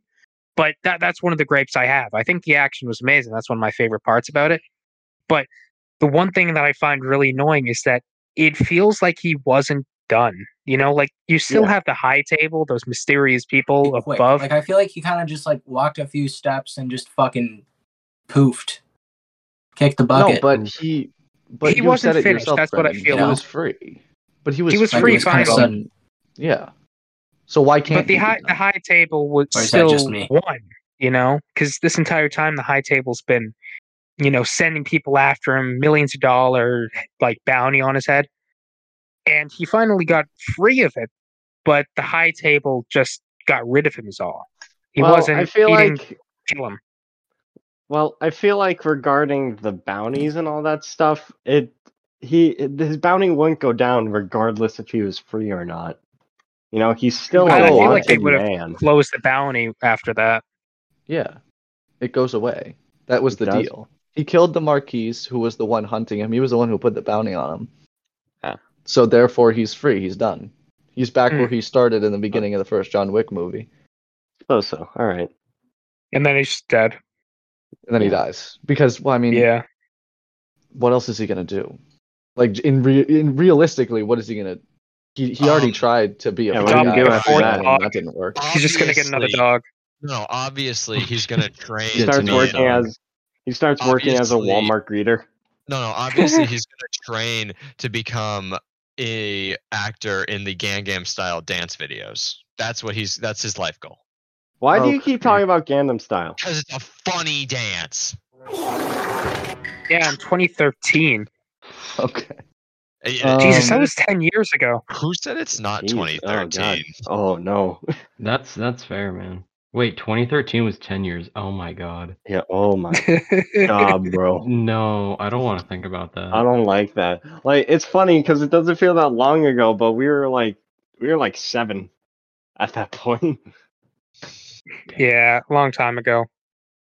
[SPEAKER 1] but that that's one of the gripes I have. I think the action was amazing. That's one of my favorite parts about it. But the one thing that I find really annoying is that it feels like he wasn't done. You know, like you still
[SPEAKER 6] Yeah.
[SPEAKER 1] have the high table, those mysterious people
[SPEAKER 4] quick.
[SPEAKER 1] above.
[SPEAKER 4] Like I feel like he kind of just like walked a few steps and just fucking poofed. kick the
[SPEAKER 5] No,
[SPEAKER 4] bucket.
[SPEAKER 5] but
[SPEAKER 3] Mm.
[SPEAKER 5] he, but
[SPEAKER 1] He
[SPEAKER 5] you
[SPEAKER 1] wasn't
[SPEAKER 5] said it
[SPEAKER 1] finished,
[SPEAKER 5] yourself,
[SPEAKER 1] that's what I
[SPEAKER 5] Brendan.
[SPEAKER 1] feel
[SPEAKER 5] He
[SPEAKER 4] like.
[SPEAKER 5] was free, but he was
[SPEAKER 1] He was
[SPEAKER 4] Like,
[SPEAKER 1] free
[SPEAKER 4] it was kind of
[SPEAKER 1] finally.
[SPEAKER 4] sudden.
[SPEAKER 5] Yeah. So why can't
[SPEAKER 1] But the
[SPEAKER 5] he do
[SPEAKER 1] high
[SPEAKER 5] that?
[SPEAKER 1] the high table was
[SPEAKER 4] Or is that
[SPEAKER 1] still
[SPEAKER 4] just me?
[SPEAKER 1] one, you know, because this entire time the high table's been, you know, sending people after him, millions of dollar like bounty on his head, and he finally got free of it. But the high table just got rid of him is all. He
[SPEAKER 6] well,
[SPEAKER 1] wasn't.
[SPEAKER 6] I feel
[SPEAKER 1] he
[SPEAKER 6] like
[SPEAKER 1] didn't kill him.
[SPEAKER 6] Well, I feel like regarding the bounties [LAUGHS] and all that stuff, it he it- his bounty wouldn't go down regardless if he was free or not. You know, he's still
[SPEAKER 5] But
[SPEAKER 6] a
[SPEAKER 5] I feel like
[SPEAKER 1] they
[SPEAKER 6] wanted
[SPEAKER 1] would've-
[SPEAKER 6] Oh, man.
[SPEAKER 1] Closed the bounty after that.
[SPEAKER 5] Yeah. It goes away. That was
[SPEAKER 6] It
[SPEAKER 5] the
[SPEAKER 6] does?
[SPEAKER 5] deal. He killed the Marquise, who was the one hunting him. He was the one who put the bounty on him.
[SPEAKER 6] Ah.
[SPEAKER 5] So therefore, he's free. He's done. He's back
[SPEAKER 1] Hmm.
[SPEAKER 5] where he started in the beginning of the first John Wick movie,
[SPEAKER 6] Suppose so. All right.
[SPEAKER 1] And then he's just dead.
[SPEAKER 5] and then he
[SPEAKER 6] Yeah.
[SPEAKER 5] dies because, well, I mean,
[SPEAKER 1] Yeah.
[SPEAKER 5] what else is he gonna do? Like in, re- in realistically, what is he gonna? He he already
[SPEAKER 2] Um,
[SPEAKER 5] tried to be a
[SPEAKER 6] yeah,
[SPEAKER 5] free
[SPEAKER 6] what do you
[SPEAKER 5] guy
[SPEAKER 6] do
[SPEAKER 5] for
[SPEAKER 6] after
[SPEAKER 5] a
[SPEAKER 6] that?
[SPEAKER 5] while, and that didn't work. [LAUGHS]
[SPEAKER 1] He's just gonna get another
[SPEAKER 2] Obviously-
[SPEAKER 1] dog.
[SPEAKER 2] No, obviously he's
[SPEAKER 6] [LAUGHS]
[SPEAKER 2] gonna train.
[SPEAKER 6] He
[SPEAKER 3] Yeah,
[SPEAKER 6] starts
[SPEAKER 3] to me,
[SPEAKER 6] working
[SPEAKER 3] uh,
[SPEAKER 6] as he starts working as a
[SPEAKER 2] obviously-
[SPEAKER 6] Walmart greeter.
[SPEAKER 2] No, no. Obviously,
[SPEAKER 6] [LAUGHS]
[SPEAKER 2] he's gonna train to become a actor in the Gangnam Style dance videos. That's what he's. That's his life goal.
[SPEAKER 6] Why
[SPEAKER 1] Oh,
[SPEAKER 6] do you
[SPEAKER 5] Okay.
[SPEAKER 6] keep talking about Gundam style?
[SPEAKER 2] Because it's a funny dance.
[SPEAKER 1] Yeah, in 2013.
[SPEAKER 5] Okay.
[SPEAKER 2] Eh,
[SPEAKER 5] Um,
[SPEAKER 1] Jesus, that was 10 years ago.
[SPEAKER 5] [LAUGHS]
[SPEAKER 1] [LAUGHS]
[SPEAKER 2] Who said it's not
[SPEAKER 6] Jeez, oh, God.
[SPEAKER 2] 2013?
[SPEAKER 6] Oh no. [LAUGHS]
[SPEAKER 3] That's that's fair, man. Wait, 2013 was 10 years. Oh my god.
[SPEAKER 6] Yeah, oh my god, bro.
[SPEAKER 3] No, I don't want to think about that.
[SPEAKER 6] I don't like that. Like it's funny because it doesn't feel that long ago, but we were like we were like seven at that [LAUGHS] point.
[SPEAKER 1] yeah, a long time ago.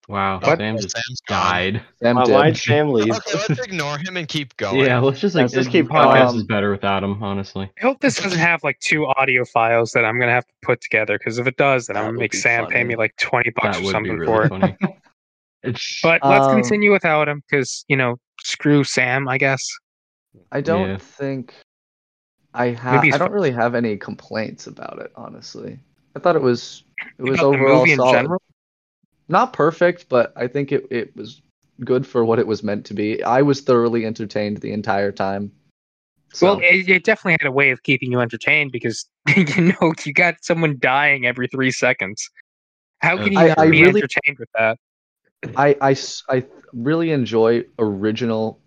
[SPEAKER 3] Wow,
[SPEAKER 2] What?
[SPEAKER 3] Sam just
[SPEAKER 2] Sam's gone.
[SPEAKER 3] died.
[SPEAKER 5] Sam
[SPEAKER 6] My
[SPEAKER 5] did.
[SPEAKER 6] wide family.
[SPEAKER 2] Okay, let's ignore him and
[SPEAKER 6] [LAUGHS]
[SPEAKER 2] keep going.
[SPEAKER 3] [LAUGHS] Yeah, let's just like
[SPEAKER 6] Let's just
[SPEAKER 3] the
[SPEAKER 6] keep
[SPEAKER 3] podcast
[SPEAKER 5] going.
[SPEAKER 3] is better without him, honestly.
[SPEAKER 1] I hope this doesn't have like two audio files that I'm gonna have to put together. Because if it does, then
[SPEAKER 6] That
[SPEAKER 1] I'm gonna
[SPEAKER 6] would
[SPEAKER 1] make
[SPEAKER 6] be
[SPEAKER 1] Sam pay
[SPEAKER 6] funny.
[SPEAKER 1] me like 20 bucks
[SPEAKER 3] That
[SPEAKER 1] or
[SPEAKER 3] would be
[SPEAKER 1] something for
[SPEAKER 3] really
[SPEAKER 1] it.
[SPEAKER 3] funny. It's
[SPEAKER 1] But let's
[SPEAKER 5] Um,
[SPEAKER 1] continue without him, because you know, screw Sam, I guess.
[SPEAKER 5] I don't
[SPEAKER 3] Yeah.
[SPEAKER 5] think I have.
[SPEAKER 1] Maybe
[SPEAKER 5] I
[SPEAKER 1] it's
[SPEAKER 5] don't
[SPEAKER 1] fu-
[SPEAKER 5] really have any complaints about it, honestly. I thought it was it was
[SPEAKER 1] About the
[SPEAKER 5] overall
[SPEAKER 1] movie in
[SPEAKER 5] solid.
[SPEAKER 1] general?
[SPEAKER 5] Not perfect, but I think it it was good for what it was meant to be. I was thoroughly entertained the entire time. So,
[SPEAKER 1] Well, it, it definitely had a way of keeping you entertained because [LAUGHS] you know you got someone dying every three seconds. How
[SPEAKER 3] Uh,
[SPEAKER 1] can you
[SPEAKER 5] I-
[SPEAKER 1] not
[SPEAKER 5] I
[SPEAKER 1] be
[SPEAKER 5] really-
[SPEAKER 1] entertained with that?
[SPEAKER 5] I, I s- I really enjoy original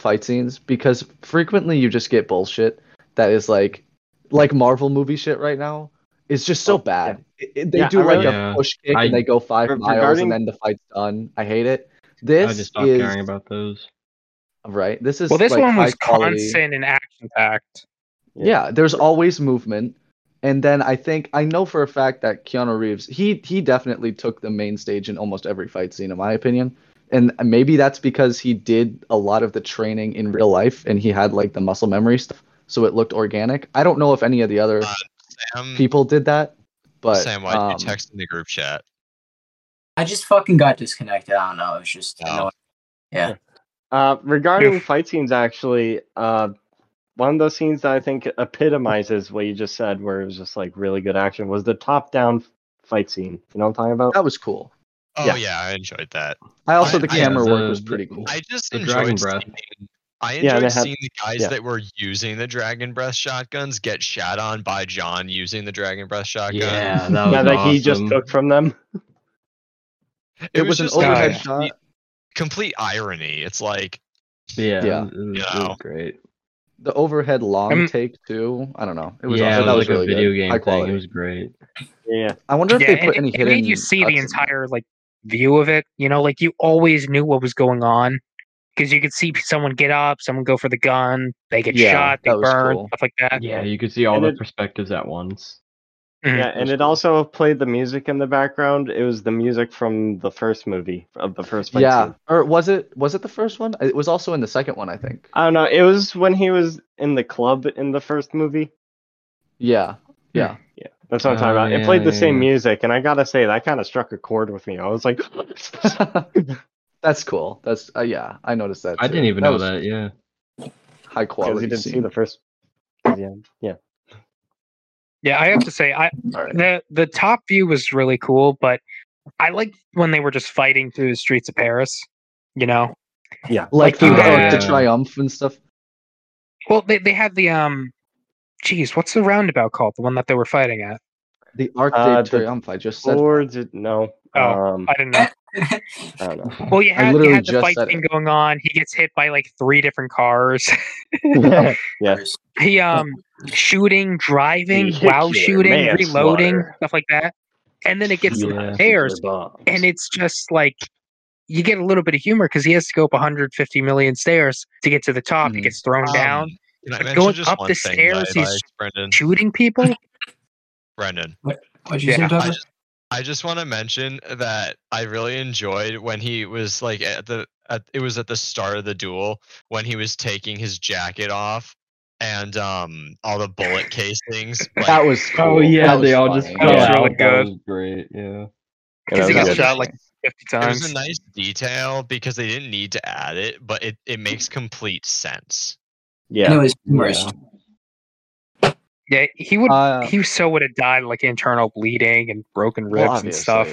[SPEAKER 5] fight scenes because frequently you just get bullshit that is like like Marvel movie shit right now. It's just so
[SPEAKER 6] Oh, yeah.
[SPEAKER 5] bad. It- it- they
[SPEAKER 6] Yeah,
[SPEAKER 5] do
[SPEAKER 6] I
[SPEAKER 5] like
[SPEAKER 3] really-
[SPEAKER 5] a
[SPEAKER 3] Yeah.
[SPEAKER 5] push kick
[SPEAKER 3] I-
[SPEAKER 5] and they go five
[SPEAKER 6] Re-
[SPEAKER 5] miles
[SPEAKER 6] regarding-
[SPEAKER 5] and then the fight's done. I hate it.
[SPEAKER 3] I
[SPEAKER 5] This
[SPEAKER 3] just stopped
[SPEAKER 5] is
[SPEAKER 3] caring about those.
[SPEAKER 5] right. This is
[SPEAKER 1] Well, this
[SPEAKER 5] like
[SPEAKER 1] one was
[SPEAKER 5] high quality.
[SPEAKER 1] constant and action packed.
[SPEAKER 5] Yeah. there's always movement. And then I think I know for a fact that Keanu Reeves, he he definitely took the main stage in almost every fight scene, in my opinion. And maybe that's because he did a lot of the training in real life and he had like the muscle memory stuff, so it looked organic. I don't know if any of the other
[SPEAKER 2] Uh, Sam,
[SPEAKER 5] people did that, but
[SPEAKER 2] Sam, why
[SPEAKER 5] um,
[SPEAKER 2] you text in the group chat?
[SPEAKER 4] I just fucking got disconnected. I don't know. It was just
[SPEAKER 2] Oh.
[SPEAKER 4] annoying. Yeah.
[SPEAKER 6] Uh, regarding
[SPEAKER 1] Oof.
[SPEAKER 6] fight scenes, actually, uh, one of those scenes that I think epitomizes what you just said, where it was just like really good action, was the top-down fight scene. You know what I'm talking about?
[SPEAKER 5] that was cool.
[SPEAKER 2] Oh
[SPEAKER 6] Yeah.
[SPEAKER 2] yeah, I enjoyed that.
[SPEAKER 5] I also the
[SPEAKER 2] I- I-
[SPEAKER 5] camera work
[SPEAKER 3] the-
[SPEAKER 5] was pretty cool.
[SPEAKER 2] I just
[SPEAKER 3] The
[SPEAKER 2] enjoyed
[SPEAKER 3] dragon breath.
[SPEAKER 2] seeing- I
[SPEAKER 6] Yeah,
[SPEAKER 2] enjoyed
[SPEAKER 6] they had-
[SPEAKER 2] seeing the guys
[SPEAKER 6] yeah.
[SPEAKER 2] that were using the dragon breath shotguns get shot on by John using the dragon breath shotgun.
[SPEAKER 6] [LAUGHS]
[SPEAKER 3] Yeah, Oh, that was
[SPEAKER 6] yeah, that
[SPEAKER 3] awesome.
[SPEAKER 6] he just took from them.
[SPEAKER 2] it,
[SPEAKER 5] It, was,
[SPEAKER 2] just
[SPEAKER 5] an
[SPEAKER 2] like
[SPEAKER 5] overhead
[SPEAKER 1] guy.
[SPEAKER 5] shot.
[SPEAKER 2] complete irony. It's like
[SPEAKER 3] Yeah,
[SPEAKER 5] Yeah.
[SPEAKER 3] It was, it was- it
[SPEAKER 2] Yeah.
[SPEAKER 3] was great.
[SPEAKER 5] The overhead long
[SPEAKER 1] Um,
[SPEAKER 5] take too. I don't know. It
[SPEAKER 3] It
[SPEAKER 5] was
[SPEAKER 3] was yeah,
[SPEAKER 5] awesome.
[SPEAKER 3] it was
[SPEAKER 5] that
[SPEAKER 3] like
[SPEAKER 5] was really
[SPEAKER 3] a video
[SPEAKER 5] good.
[SPEAKER 3] game
[SPEAKER 5] High
[SPEAKER 3] thing.
[SPEAKER 5] quality.
[SPEAKER 3] It was great.
[SPEAKER 6] Yeah,
[SPEAKER 5] I wonder if
[SPEAKER 1] Yeah,
[SPEAKER 5] they put
[SPEAKER 1] and
[SPEAKER 5] any
[SPEAKER 1] it, it
[SPEAKER 5] hidden.
[SPEAKER 1] made you see the
[SPEAKER 5] cuts in there.
[SPEAKER 1] entire like view of it. You know, like you always knew what was going on because you could see someone get up, someone go for the gun, they get
[SPEAKER 5] Yeah,
[SPEAKER 1] shot, they
[SPEAKER 5] that was
[SPEAKER 1] burn,
[SPEAKER 5] cool.
[SPEAKER 1] stuff like that.
[SPEAKER 3] Yeah, you could see all
[SPEAKER 6] And
[SPEAKER 3] the
[SPEAKER 6] it-
[SPEAKER 3] perspectives at once.
[SPEAKER 1] Mhm.
[SPEAKER 6] yeah, and it also played the music in the background. It was the music from the first movie of the first fight
[SPEAKER 5] yeah
[SPEAKER 6] scene.
[SPEAKER 5] or was it was it the first one it was also in the second one i think
[SPEAKER 6] I don't know. It was when he was in the club in the first movie.
[SPEAKER 5] yeah yeah
[SPEAKER 6] Yeah, that's what I'm talking
[SPEAKER 3] Oh,
[SPEAKER 6] about.
[SPEAKER 3] yeah,
[SPEAKER 6] it played the
[SPEAKER 3] yeah,
[SPEAKER 6] same
[SPEAKER 3] yeah.
[SPEAKER 6] music, and I gotta say that kind of struck a chord with me. I was like, [LAUGHS]
[SPEAKER 5] that's cool that's uh, yeah i noticed that
[SPEAKER 3] I
[SPEAKER 5] too.
[SPEAKER 3] didn't even know
[SPEAKER 5] was
[SPEAKER 3] that. Yeah,
[SPEAKER 5] high
[SPEAKER 6] because
[SPEAKER 5] quality
[SPEAKER 6] you didn't see
[SPEAKER 5] scene.
[SPEAKER 6] the first. Yeah, yeah.
[SPEAKER 1] yeah. I have to say, I
[SPEAKER 5] all right
[SPEAKER 1] the the top view was really cool, but I liked when they were just fighting through the streets of Paris. You know,
[SPEAKER 6] Yeah.
[SPEAKER 5] Like,
[SPEAKER 1] Like you
[SPEAKER 5] the, like
[SPEAKER 1] had-
[SPEAKER 5] the triumph and stuff.
[SPEAKER 1] Well, they they had the um, geez, what's the roundabout called? The one that they were fighting at?
[SPEAKER 5] The Arc de
[SPEAKER 6] Uh, the-
[SPEAKER 5] Triomphe. I just said.
[SPEAKER 6] Or did no?
[SPEAKER 1] Oh.
[SPEAKER 6] Um,
[SPEAKER 1] I don't know.
[SPEAKER 6] I don't know.
[SPEAKER 1] Well, you
[SPEAKER 5] Eh, I
[SPEAKER 1] had, you
[SPEAKER 5] literally
[SPEAKER 1] had the
[SPEAKER 5] just
[SPEAKER 1] fight
[SPEAKER 5] said
[SPEAKER 1] thing going on. He gets hit by like three different cars. he um shooting, driving,
[SPEAKER 6] Vehicular
[SPEAKER 1] wow shooting, reloading,
[SPEAKER 6] manslaughter.
[SPEAKER 1] stuff like that. [LAUGHS] And
[SPEAKER 5] [LAUGHS]
[SPEAKER 1] then it gets to
[SPEAKER 6] Yeah.
[SPEAKER 1] the stairs,
[SPEAKER 6] Bombs.
[SPEAKER 1] and it's just like you get a little bit of humor because he has to go up 150 million stairs to get to the top.
[SPEAKER 5] Mm-hmm.
[SPEAKER 1] He
[SPEAKER 2] Mhm.
[SPEAKER 1] gets thrown
[SPEAKER 2] Um,
[SPEAKER 1] down,
[SPEAKER 2] Can I
[SPEAKER 1] But
[SPEAKER 2] mention
[SPEAKER 1] going
[SPEAKER 2] just
[SPEAKER 1] up
[SPEAKER 2] one
[SPEAKER 1] the
[SPEAKER 2] thing
[SPEAKER 1] stairs,
[SPEAKER 2] that I
[SPEAKER 1] he's-
[SPEAKER 2] liked, Brendan.
[SPEAKER 1] shooting
[SPEAKER 5] [LAUGHS]
[SPEAKER 1] people.
[SPEAKER 2] Brendan.
[SPEAKER 4] What'd you
[SPEAKER 1] Yeah,
[SPEAKER 4] say,
[SPEAKER 2] I
[SPEAKER 4] Douglas?
[SPEAKER 2] just, I just want to mention that I really enjoyed when he was like at the at, it was at the start of the duel when he was taking his jacket off and um all the bullet
[SPEAKER 1] [LAUGHS]
[SPEAKER 2] casings like,
[SPEAKER 5] That was.
[SPEAKER 3] Oh
[SPEAKER 5] cool.
[SPEAKER 3] yeah,
[SPEAKER 5] That was
[SPEAKER 3] they all
[SPEAKER 5] funny.
[SPEAKER 3] just
[SPEAKER 1] That
[SPEAKER 3] fell
[SPEAKER 1] was
[SPEAKER 3] out.
[SPEAKER 1] really
[SPEAKER 3] That
[SPEAKER 1] good.
[SPEAKER 3] was great. Yeah.
[SPEAKER 1] Because he
[SPEAKER 2] that
[SPEAKER 1] got
[SPEAKER 2] was
[SPEAKER 1] shot like 50
[SPEAKER 2] it was
[SPEAKER 1] times.
[SPEAKER 2] a nice detail because they didn't need to add it but it, it makes complete sense
[SPEAKER 6] Yeah.
[SPEAKER 4] And it was humorous.
[SPEAKER 3] Yeah.
[SPEAKER 1] yeah, he would.
[SPEAKER 5] Uh,
[SPEAKER 1] he so would have died like internal bleeding and broken ribs
[SPEAKER 5] well,
[SPEAKER 1] and stuff.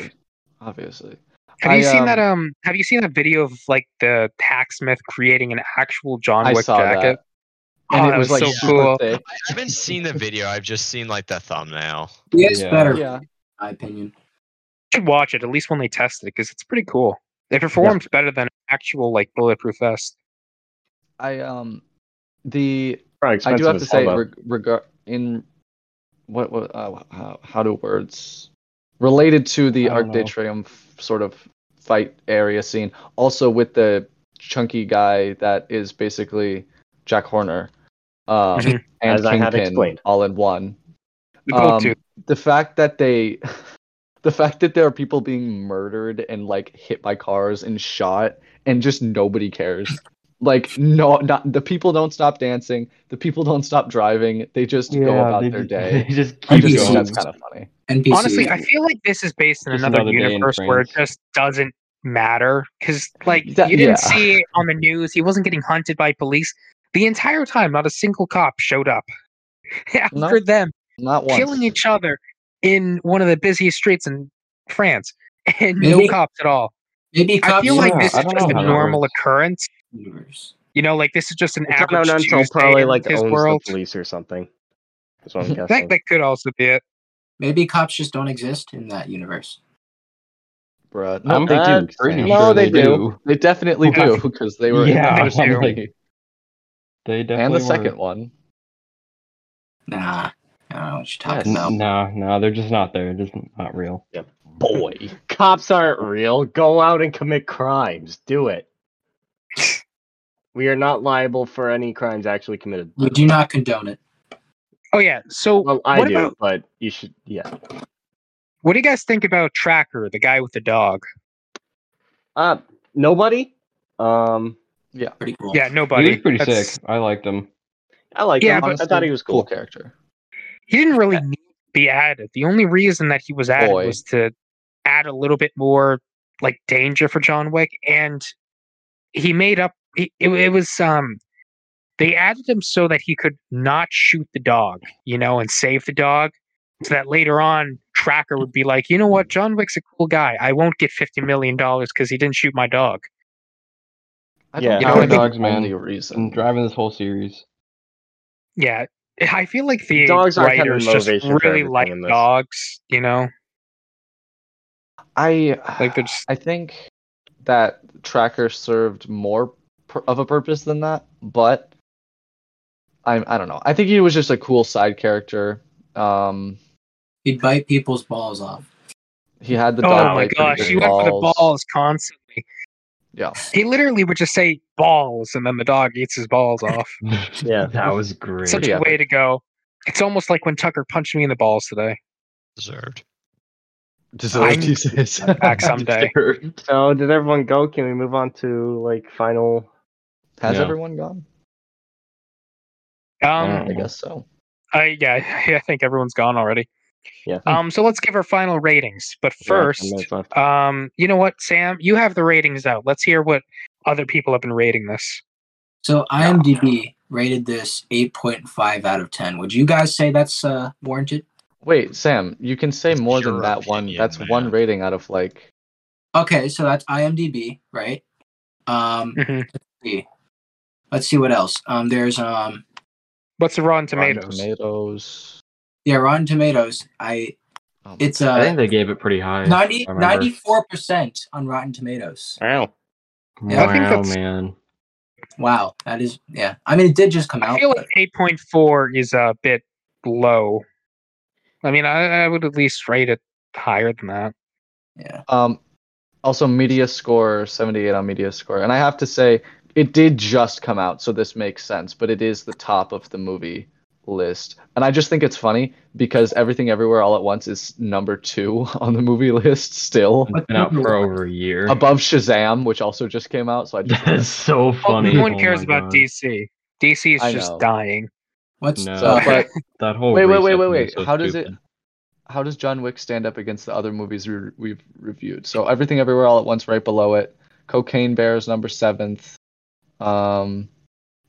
[SPEAKER 5] obviously. Obviously.
[SPEAKER 1] Have you
[SPEAKER 5] I,
[SPEAKER 1] seen that?
[SPEAKER 5] um,
[SPEAKER 1] Um, have you seen that video of like the hacksmith creating an actual John
[SPEAKER 5] I
[SPEAKER 1] Wick
[SPEAKER 5] saw
[SPEAKER 1] jacket?
[SPEAKER 5] that. And
[SPEAKER 1] Oh,
[SPEAKER 5] it
[SPEAKER 1] that
[SPEAKER 5] was,
[SPEAKER 1] was
[SPEAKER 5] like
[SPEAKER 1] so
[SPEAKER 5] super
[SPEAKER 1] cool.
[SPEAKER 5] thick.
[SPEAKER 2] i haven't seen the video i've just seen like the thumbnail
[SPEAKER 4] He is
[SPEAKER 3] Yeah.
[SPEAKER 4] better,
[SPEAKER 5] Yeah.
[SPEAKER 4] in my opinion.
[SPEAKER 1] You should watch it at least when they test it because it's pretty cool. They performed better than actual like bulletproof vest.
[SPEAKER 5] I um, the
[SPEAKER 6] Probably
[SPEAKER 5] I do
[SPEAKER 6] expensive
[SPEAKER 5] have to
[SPEAKER 6] as hell,
[SPEAKER 5] say
[SPEAKER 6] though.
[SPEAKER 5] reg- regard in what what uh, how, how do words related to the
[SPEAKER 3] I don't
[SPEAKER 5] Arc de
[SPEAKER 3] know.
[SPEAKER 5] Triomphe sort of fight area scene. Also with the chunky guy that is basically Jack Horner, um,
[SPEAKER 1] Mhm.
[SPEAKER 5] and
[SPEAKER 6] As I
[SPEAKER 5] Kingpin
[SPEAKER 6] had explained.
[SPEAKER 5] all in one.
[SPEAKER 1] The gold
[SPEAKER 5] Um,
[SPEAKER 1] tooth.
[SPEAKER 5] the fact that they [LAUGHS] the fact that there are people being murdered and like hit by cars and shot and just nobody cares like no not the people don't stop dancing the people don't stop driving they just go about
[SPEAKER 3] they
[SPEAKER 5] their
[SPEAKER 3] ju-
[SPEAKER 5] day [LAUGHS]
[SPEAKER 6] [LAUGHS]
[SPEAKER 3] They just keep
[SPEAKER 5] i
[SPEAKER 4] Keep
[SPEAKER 5] just think
[SPEAKER 4] going.
[SPEAKER 5] that's
[SPEAKER 3] going.
[SPEAKER 5] kind of funny
[SPEAKER 4] NPCs.
[SPEAKER 1] Honestly, I feel like this is based in
[SPEAKER 3] Just
[SPEAKER 1] another,
[SPEAKER 3] another day in
[SPEAKER 1] universe where it
[SPEAKER 3] France.
[SPEAKER 1] just doesn't matter because like
[SPEAKER 5] That-
[SPEAKER 1] you didn't
[SPEAKER 5] yeah.
[SPEAKER 1] see it on the news. He wasn't getting hunted by police the entire time. Not a single cop showed up [LAUGHS] after
[SPEAKER 5] No.
[SPEAKER 1] them
[SPEAKER 5] not once
[SPEAKER 1] killing each other in one of the busiest streets in France and no
[SPEAKER 4] Maybe-
[SPEAKER 1] cops at all.
[SPEAKER 4] Maybe
[SPEAKER 1] I
[SPEAKER 4] cops
[SPEAKER 1] feel like
[SPEAKER 3] Yeah,
[SPEAKER 1] this
[SPEAKER 3] I
[SPEAKER 1] is
[SPEAKER 3] don't
[SPEAKER 1] just a
[SPEAKER 3] know how that
[SPEAKER 1] normal
[SPEAKER 3] works.
[SPEAKER 1] occurrence.
[SPEAKER 4] universe.
[SPEAKER 1] You know, like this is just an
[SPEAKER 6] It's
[SPEAKER 1] average
[SPEAKER 6] not until
[SPEAKER 1] Tuesday
[SPEAKER 6] probably
[SPEAKER 1] in
[SPEAKER 6] like
[SPEAKER 1] his
[SPEAKER 6] owns
[SPEAKER 1] world.
[SPEAKER 6] the police or something.
[SPEAKER 1] [LAUGHS]
[SPEAKER 6] That's what I'm
[SPEAKER 1] That
[SPEAKER 6] guessing.
[SPEAKER 1] that could also be it.
[SPEAKER 4] Maybe cops just don't exist in that universe.
[SPEAKER 5] bruh no
[SPEAKER 3] I'm
[SPEAKER 5] they
[SPEAKER 6] uh,
[SPEAKER 5] do
[SPEAKER 3] pretty
[SPEAKER 5] Sam.
[SPEAKER 3] sure
[SPEAKER 6] No, they
[SPEAKER 3] they
[SPEAKER 6] do.
[SPEAKER 3] do.
[SPEAKER 5] they definitely do because they were [LAUGHS]
[SPEAKER 3] Yeah,
[SPEAKER 5] in the first
[SPEAKER 1] I'm
[SPEAKER 5] movie.
[SPEAKER 3] They definitely
[SPEAKER 5] and the
[SPEAKER 3] were.
[SPEAKER 5] second one
[SPEAKER 4] Nah, I don't know what you're talking
[SPEAKER 5] Yes.
[SPEAKER 4] about.
[SPEAKER 3] No, no, they're just not there. They're just not real.
[SPEAKER 6] Boy, [LAUGHS] cops aren't real. Go out and commit crimes. Do it. We are not liable for any crimes actually committed.
[SPEAKER 4] We do not condone it.
[SPEAKER 1] Oh yeah. So
[SPEAKER 6] Well, I
[SPEAKER 1] what
[SPEAKER 6] do,
[SPEAKER 1] about
[SPEAKER 6] but you should. Yeah.
[SPEAKER 1] what do you guys think about Tracker, the guy with the dog?
[SPEAKER 6] Uh, nobody. Um,
[SPEAKER 4] Pretty cool.
[SPEAKER 1] Yeah,
[SPEAKER 3] He
[SPEAKER 1] nobody.
[SPEAKER 3] was pretty
[SPEAKER 1] That's-
[SPEAKER 3] sick. I liked him.
[SPEAKER 6] I like
[SPEAKER 1] Yeah,
[SPEAKER 6] him.
[SPEAKER 1] but-
[SPEAKER 6] I thought he was
[SPEAKER 5] cool
[SPEAKER 6] cool.
[SPEAKER 5] character
[SPEAKER 1] He didn't really need to be added. The only reason that he was added
[SPEAKER 5] Boy.
[SPEAKER 1] was to add a little bit more like danger for John Wick, and he made up. He, it, it was um, they added him so that he could not shoot the dog, you know, and save the dog, so that later on Tracker would be like, you know what, John Wick's a cool guy. I won't get fifty million dollars because he didn't shoot my dog.
[SPEAKER 5] I
[SPEAKER 6] Yeah.
[SPEAKER 5] don't
[SPEAKER 1] You know,
[SPEAKER 5] know,
[SPEAKER 1] I think-
[SPEAKER 5] dogs, man. Only
[SPEAKER 3] Only
[SPEAKER 5] reason.
[SPEAKER 3] And driving this whole series.
[SPEAKER 1] Yeah, eh, I feel like the
[SPEAKER 6] Dogs aren't having
[SPEAKER 1] writers just
[SPEAKER 6] motivation for
[SPEAKER 1] really
[SPEAKER 6] everything
[SPEAKER 1] like
[SPEAKER 6] in this.
[SPEAKER 1] dogs, you know,
[SPEAKER 5] I
[SPEAKER 1] like they're just
[SPEAKER 5] I think that tracker served more pur- of a purpose than that, but I I don't know. I think he was just a cool side character. Um,
[SPEAKER 4] He'd bite people's balls off.
[SPEAKER 5] he had the dog
[SPEAKER 1] oh my
[SPEAKER 5] bite
[SPEAKER 1] gosh,
[SPEAKER 5] people's
[SPEAKER 1] he went for the balls constantly.
[SPEAKER 5] Yeah,
[SPEAKER 1] He literally would just say balls, and then the dog eats his balls off.
[SPEAKER 3] [LAUGHS]
[SPEAKER 6] Yeah.
[SPEAKER 3] that was great.
[SPEAKER 1] Such
[SPEAKER 5] Pretty
[SPEAKER 1] a
[SPEAKER 5] epic.
[SPEAKER 1] way to go. It's almost like when Tucker punched me in the balls today.
[SPEAKER 2] deserved
[SPEAKER 1] Deserved, he
[SPEAKER 5] says.
[SPEAKER 1] Back someday.
[SPEAKER 6] So, did everyone go? Can we move on to like final?
[SPEAKER 5] Has
[SPEAKER 3] Yeah.
[SPEAKER 5] everyone gone?
[SPEAKER 1] Um,
[SPEAKER 5] I guess so.
[SPEAKER 1] I yeah, [LAUGHS] I think everyone's gone already.
[SPEAKER 6] Yeah.
[SPEAKER 5] Hmm.
[SPEAKER 1] Um, so let's give our final ratings. But
[SPEAKER 6] We got 10
[SPEAKER 1] first,
[SPEAKER 6] minutes left.
[SPEAKER 1] um, you know what, Sam, you have the ratings out. Let's hear what other people have been rating this.
[SPEAKER 4] So IMDb rated this 8.5 out of 10. Would you guys say that's uh, warranted?
[SPEAKER 5] Wait, Sam, you can say
[SPEAKER 2] It's
[SPEAKER 5] more than
[SPEAKER 2] your
[SPEAKER 5] that one.
[SPEAKER 2] opinion,
[SPEAKER 5] That's one
[SPEAKER 2] man.
[SPEAKER 5] rating out of like.
[SPEAKER 4] Okay, so that's IMDb, right? Um,
[SPEAKER 1] Mhm.
[SPEAKER 4] let's see what else. Um, there's um,
[SPEAKER 1] What's the Rotten
[SPEAKER 5] Rotten
[SPEAKER 1] Tomatoes?
[SPEAKER 5] Tomatoes.
[SPEAKER 4] yeah, Rotten Tomatoes. I
[SPEAKER 2] Oh my
[SPEAKER 4] it's
[SPEAKER 3] I
[SPEAKER 4] uh
[SPEAKER 3] think they gave it pretty high.
[SPEAKER 4] 90,
[SPEAKER 3] I remember.
[SPEAKER 4] 94% on Rotten Tomatoes.
[SPEAKER 1] Wow.
[SPEAKER 3] Wow,
[SPEAKER 1] I think that's-
[SPEAKER 3] man.
[SPEAKER 4] Wow, that is yeah. I mean, it did just come
[SPEAKER 1] I
[SPEAKER 4] out.
[SPEAKER 1] feel
[SPEAKER 4] but-
[SPEAKER 1] like eight point four is a bit low. I mean, I, I would at least rate it higher than that.
[SPEAKER 4] yeah,
[SPEAKER 5] Um, also, media score 78 on media score. And I have to say, it did just come out, so this makes sense, but it is the top of the movie list. And I just think it's funny because Everything Everywhere All at Once is number two [LAUGHS] on the movie list still,
[SPEAKER 4] What
[SPEAKER 3] It's been out
[SPEAKER 4] number
[SPEAKER 3] for
[SPEAKER 4] was-
[SPEAKER 3] over a year.
[SPEAKER 5] above Shazam, which also just came out. So I
[SPEAKER 3] [LAUGHS]
[SPEAKER 5] just
[SPEAKER 3] That's so
[SPEAKER 1] Well,
[SPEAKER 3] funny.
[SPEAKER 1] no one
[SPEAKER 3] Oh
[SPEAKER 1] cares
[SPEAKER 3] my
[SPEAKER 1] about
[SPEAKER 3] God.
[SPEAKER 1] DC. DC is
[SPEAKER 5] I
[SPEAKER 1] just
[SPEAKER 5] know.
[SPEAKER 1] dying.
[SPEAKER 4] What's
[SPEAKER 3] No.
[SPEAKER 5] [LAUGHS] So,
[SPEAKER 4] uh,
[SPEAKER 1] [LAUGHS]
[SPEAKER 5] but
[SPEAKER 3] That whole
[SPEAKER 5] wait, wait, wait,
[SPEAKER 3] reset
[SPEAKER 5] wait,
[SPEAKER 3] thing
[SPEAKER 5] wait.
[SPEAKER 3] is so
[SPEAKER 5] How does it?
[SPEAKER 3] stupid.
[SPEAKER 5] How does John Wick stand up against the other movies we, we've reviewed? So Everything Everywhere All at Once, right below it. Cocaine Bear is number seventh. Um,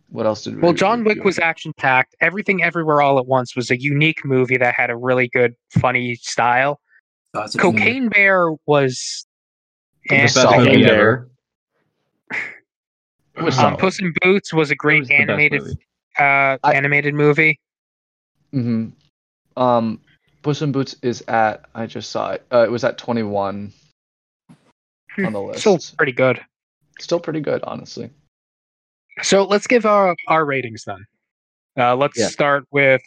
[SPEAKER 5] what else did we?
[SPEAKER 1] Well, John Wick
[SPEAKER 5] review?
[SPEAKER 1] was action packed. Everything Everywhere All at Once was a unique movie that had a really good, funny style.
[SPEAKER 4] thoughts
[SPEAKER 5] Mm-hmm.
[SPEAKER 4] of the movie?
[SPEAKER 1] Cocaine Bear was.
[SPEAKER 5] The
[SPEAKER 1] eh.
[SPEAKER 5] best Solid.
[SPEAKER 3] movie
[SPEAKER 5] Yeah.
[SPEAKER 3] ever.
[SPEAKER 5] It was
[SPEAKER 1] Um,
[SPEAKER 5] solid.
[SPEAKER 1] Puss in Boots was a
[SPEAKER 3] It
[SPEAKER 1] great
[SPEAKER 3] was the best
[SPEAKER 1] animated
[SPEAKER 3] movie.
[SPEAKER 1] uh,
[SPEAKER 5] I-
[SPEAKER 1] animated movie.
[SPEAKER 5] hmm Um, Puss in Boots is at. I just saw it. Uh, it was at 21
[SPEAKER 1] [LAUGHS]
[SPEAKER 5] on the list.
[SPEAKER 1] Still pretty good.
[SPEAKER 5] Still pretty good, honestly.
[SPEAKER 1] So let's give our our ratings then. Uh, let's
[SPEAKER 5] Yeah.
[SPEAKER 1] start with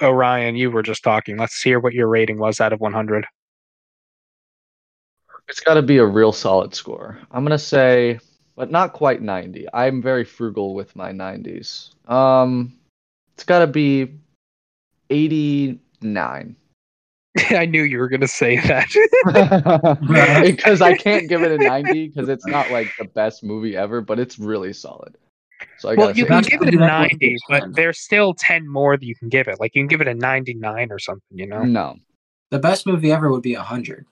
[SPEAKER 1] Orion. You were just talking. Let's hear what your rating was out of 100.
[SPEAKER 5] It's got to be a real solid score. I'm gonna say, but not quite 90. I'm very frugal with my 90s. Um, it's got to be 89
[SPEAKER 1] [LAUGHS] I knew you were going to say that.
[SPEAKER 5] [LAUGHS]
[SPEAKER 1] [LAUGHS]
[SPEAKER 5] because I can't give it a 90 because it's not like the best movie ever, but it's really solid. So I
[SPEAKER 1] well,
[SPEAKER 5] gotta
[SPEAKER 1] you
[SPEAKER 5] say
[SPEAKER 1] can
[SPEAKER 4] that's
[SPEAKER 5] 89.
[SPEAKER 1] give it a
[SPEAKER 4] pretty much
[SPEAKER 1] 90, but
[SPEAKER 4] 100%.
[SPEAKER 1] there's still 10 more that you can give it. Like you can give it a 99 or something, you know?
[SPEAKER 5] No,
[SPEAKER 4] the best movie ever would be hundred.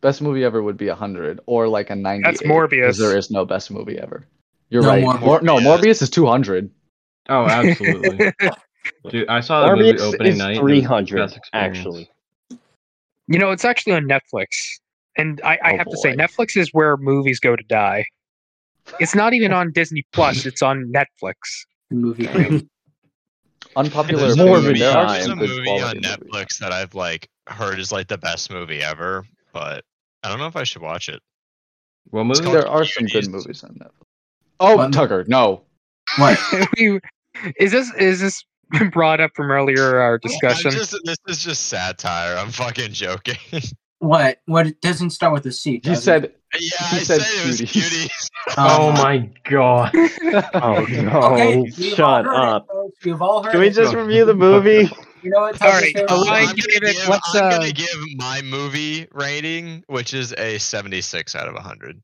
[SPEAKER 5] best movie ever would be 100 or like a 98.
[SPEAKER 1] Morbius.
[SPEAKER 5] Because there is no best movie ever. You're
[SPEAKER 4] No
[SPEAKER 5] right.
[SPEAKER 4] Morbius.
[SPEAKER 5] Mor- no,
[SPEAKER 2] Morbius.
[SPEAKER 5] Morbius is 200.
[SPEAKER 3] Oh,
[SPEAKER 5] [LAUGHS]
[SPEAKER 3] absolutely. Dude, I saw that movie
[SPEAKER 6] Morbius
[SPEAKER 3] opening
[SPEAKER 6] is
[SPEAKER 3] night. and it was the
[SPEAKER 6] 300,
[SPEAKER 3] best experience.
[SPEAKER 6] actually.
[SPEAKER 1] you know, it's actually on Netflix. And I, I
[SPEAKER 5] Oh,
[SPEAKER 1] have to say,
[SPEAKER 5] boy.
[SPEAKER 1] Netflix is where movies go to die. It's not even on Disney
[SPEAKER 5] [LAUGHS]
[SPEAKER 1] Plus, it's on Netflix. [LAUGHS]
[SPEAKER 4] The movie great.
[SPEAKER 5] Unpopular
[SPEAKER 6] There's a
[SPEAKER 5] opinion.
[SPEAKER 6] movie
[SPEAKER 5] there are
[SPEAKER 6] on-
[SPEAKER 2] there's
[SPEAKER 5] some
[SPEAKER 2] a
[SPEAKER 5] good
[SPEAKER 2] movie on
[SPEAKER 5] quality
[SPEAKER 2] Netflix
[SPEAKER 5] movies.
[SPEAKER 2] that I've like heard is like the best movie ever, but I don't know if I should watch it.
[SPEAKER 3] What movie? [LAUGHS]
[SPEAKER 2] called-
[SPEAKER 5] There are some good
[SPEAKER 2] Communities.
[SPEAKER 5] movies on Netflix. Oh,
[SPEAKER 4] One-
[SPEAKER 5] Tucker, no.
[SPEAKER 4] What?
[SPEAKER 1] We- is this is this [LAUGHS] brought up from earlier our discussion?
[SPEAKER 2] I'm just, this is just satire. I'm fucking joking. yeah,
[SPEAKER 4] What? What? It doesn't start with a C.
[SPEAKER 5] He
[SPEAKER 4] does it?
[SPEAKER 5] said,
[SPEAKER 2] I said,
[SPEAKER 5] said
[SPEAKER 2] it was
[SPEAKER 5] cuties.
[SPEAKER 2] cuties.
[SPEAKER 3] Oh
[SPEAKER 4] Um,
[SPEAKER 3] my god.
[SPEAKER 6] Oh no!
[SPEAKER 4] Okay, we've all
[SPEAKER 6] Shut
[SPEAKER 4] heard
[SPEAKER 6] up.
[SPEAKER 4] It, folks. We've all heard
[SPEAKER 6] Can we
[SPEAKER 2] [LAUGHS]
[SPEAKER 4] it.
[SPEAKER 6] just review the movie?
[SPEAKER 4] You know what?
[SPEAKER 1] All
[SPEAKER 4] Tucker's
[SPEAKER 1] right,
[SPEAKER 4] favorite
[SPEAKER 1] Elias,
[SPEAKER 4] movie?
[SPEAKER 2] I'm, gonna
[SPEAKER 1] you give it-
[SPEAKER 2] give,
[SPEAKER 1] let's,
[SPEAKER 2] I'm
[SPEAKER 1] uh,
[SPEAKER 2] gonna give my movie rating, which is a 76 out of 100.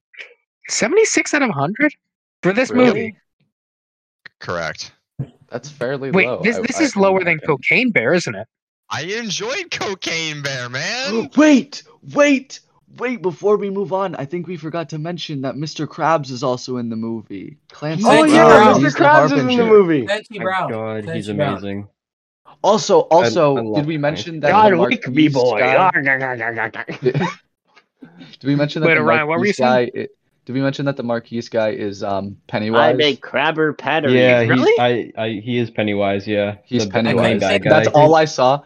[SPEAKER 1] 76 out of 100 for this
[SPEAKER 5] Really?
[SPEAKER 1] movie.
[SPEAKER 2] Correct.
[SPEAKER 5] That's fairly
[SPEAKER 1] Wait,
[SPEAKER 5] low.
[SPEAKER 1] this,
[SPEAKER 5] I-
[SPEAKER 1] this
[SPEAKER 5] I-
[SPEAKER 1] is lower
[SPEAKER 5] in
[SPEAKER 1] than
[SPEAKER 5] my opinion.
[SPEAKER 1] Cocaine Bear, isn't it?
[SPEAKER 2] I enjoyed Cocaine Bear, man.
[SPEAKER 5] wait, wait, wait! Before we move on, I think we forgot to mention that Mr. Krabs is also in the movie. Clancy
[SPEAKER 6] Oh
[SPEAKER 4] Mr.
[SPEAKER 6] yeah,
[SPEAKER 5] Brown,
[SPEAKER 4] Krabs.
[SPEAKER 6] Mr.
[SPEAKER 5] he's
[SPEAKER 6] Krabs is in the
[SPEAKER 5] Harbinger.
[SPEAKER 6] movie.
[SPEAKER 4] Clancy
[SPEAKER 3] My
[SPEAKER 4] Brown.
[SPEAKER 3] god, he's
[SPEAKER 4] Clancy Brown.
[SPEAKER 3] amazing.
[SPEAKER 5] Also, also,
[SPEAKER 3] I love
[SPEAKER 5] did
[SPEAKER 3] Clancy
[SPEAKER 5] we mention that
[SPEAKER 3] Brown.
[SPEAKER 5] the
[SPEAKER 6] God, wake me,
[SPEAKER 5] Marquise
[SPEAKER 6] boy.
[SPEAKER 5] guy?
[SPEAKER 6] [LAUGHS]
[SPEAKER 5] [LAUGHS]
[SPEAKER 6] Did
[SPEAKER 5] Did we mention that
[SPEAKER 1] Wait,
[SPEAKER 5] the
[SPEAKER 1] Orion, what were you
[SPEAKER 5] Marquise guy? i- did we mention that the Marquise guy is um Pennywise?
[SPEAKER 6] I'm a crabber patter.
[SPEAKER 3] Yeah, he's
[SPEAKER 1] Really?
[SPEAKER 3] I, I he is Pennywise, yeah.
[SPEAKER 5] He's
[SPEAKER 3] the,
[SPEAKER 5] Pennywise.
[SPEAKER 3] The bad
[SPEAKER 4] think
[SPEAKER 3] guy.
[SPEAKER 5] That's all I saw.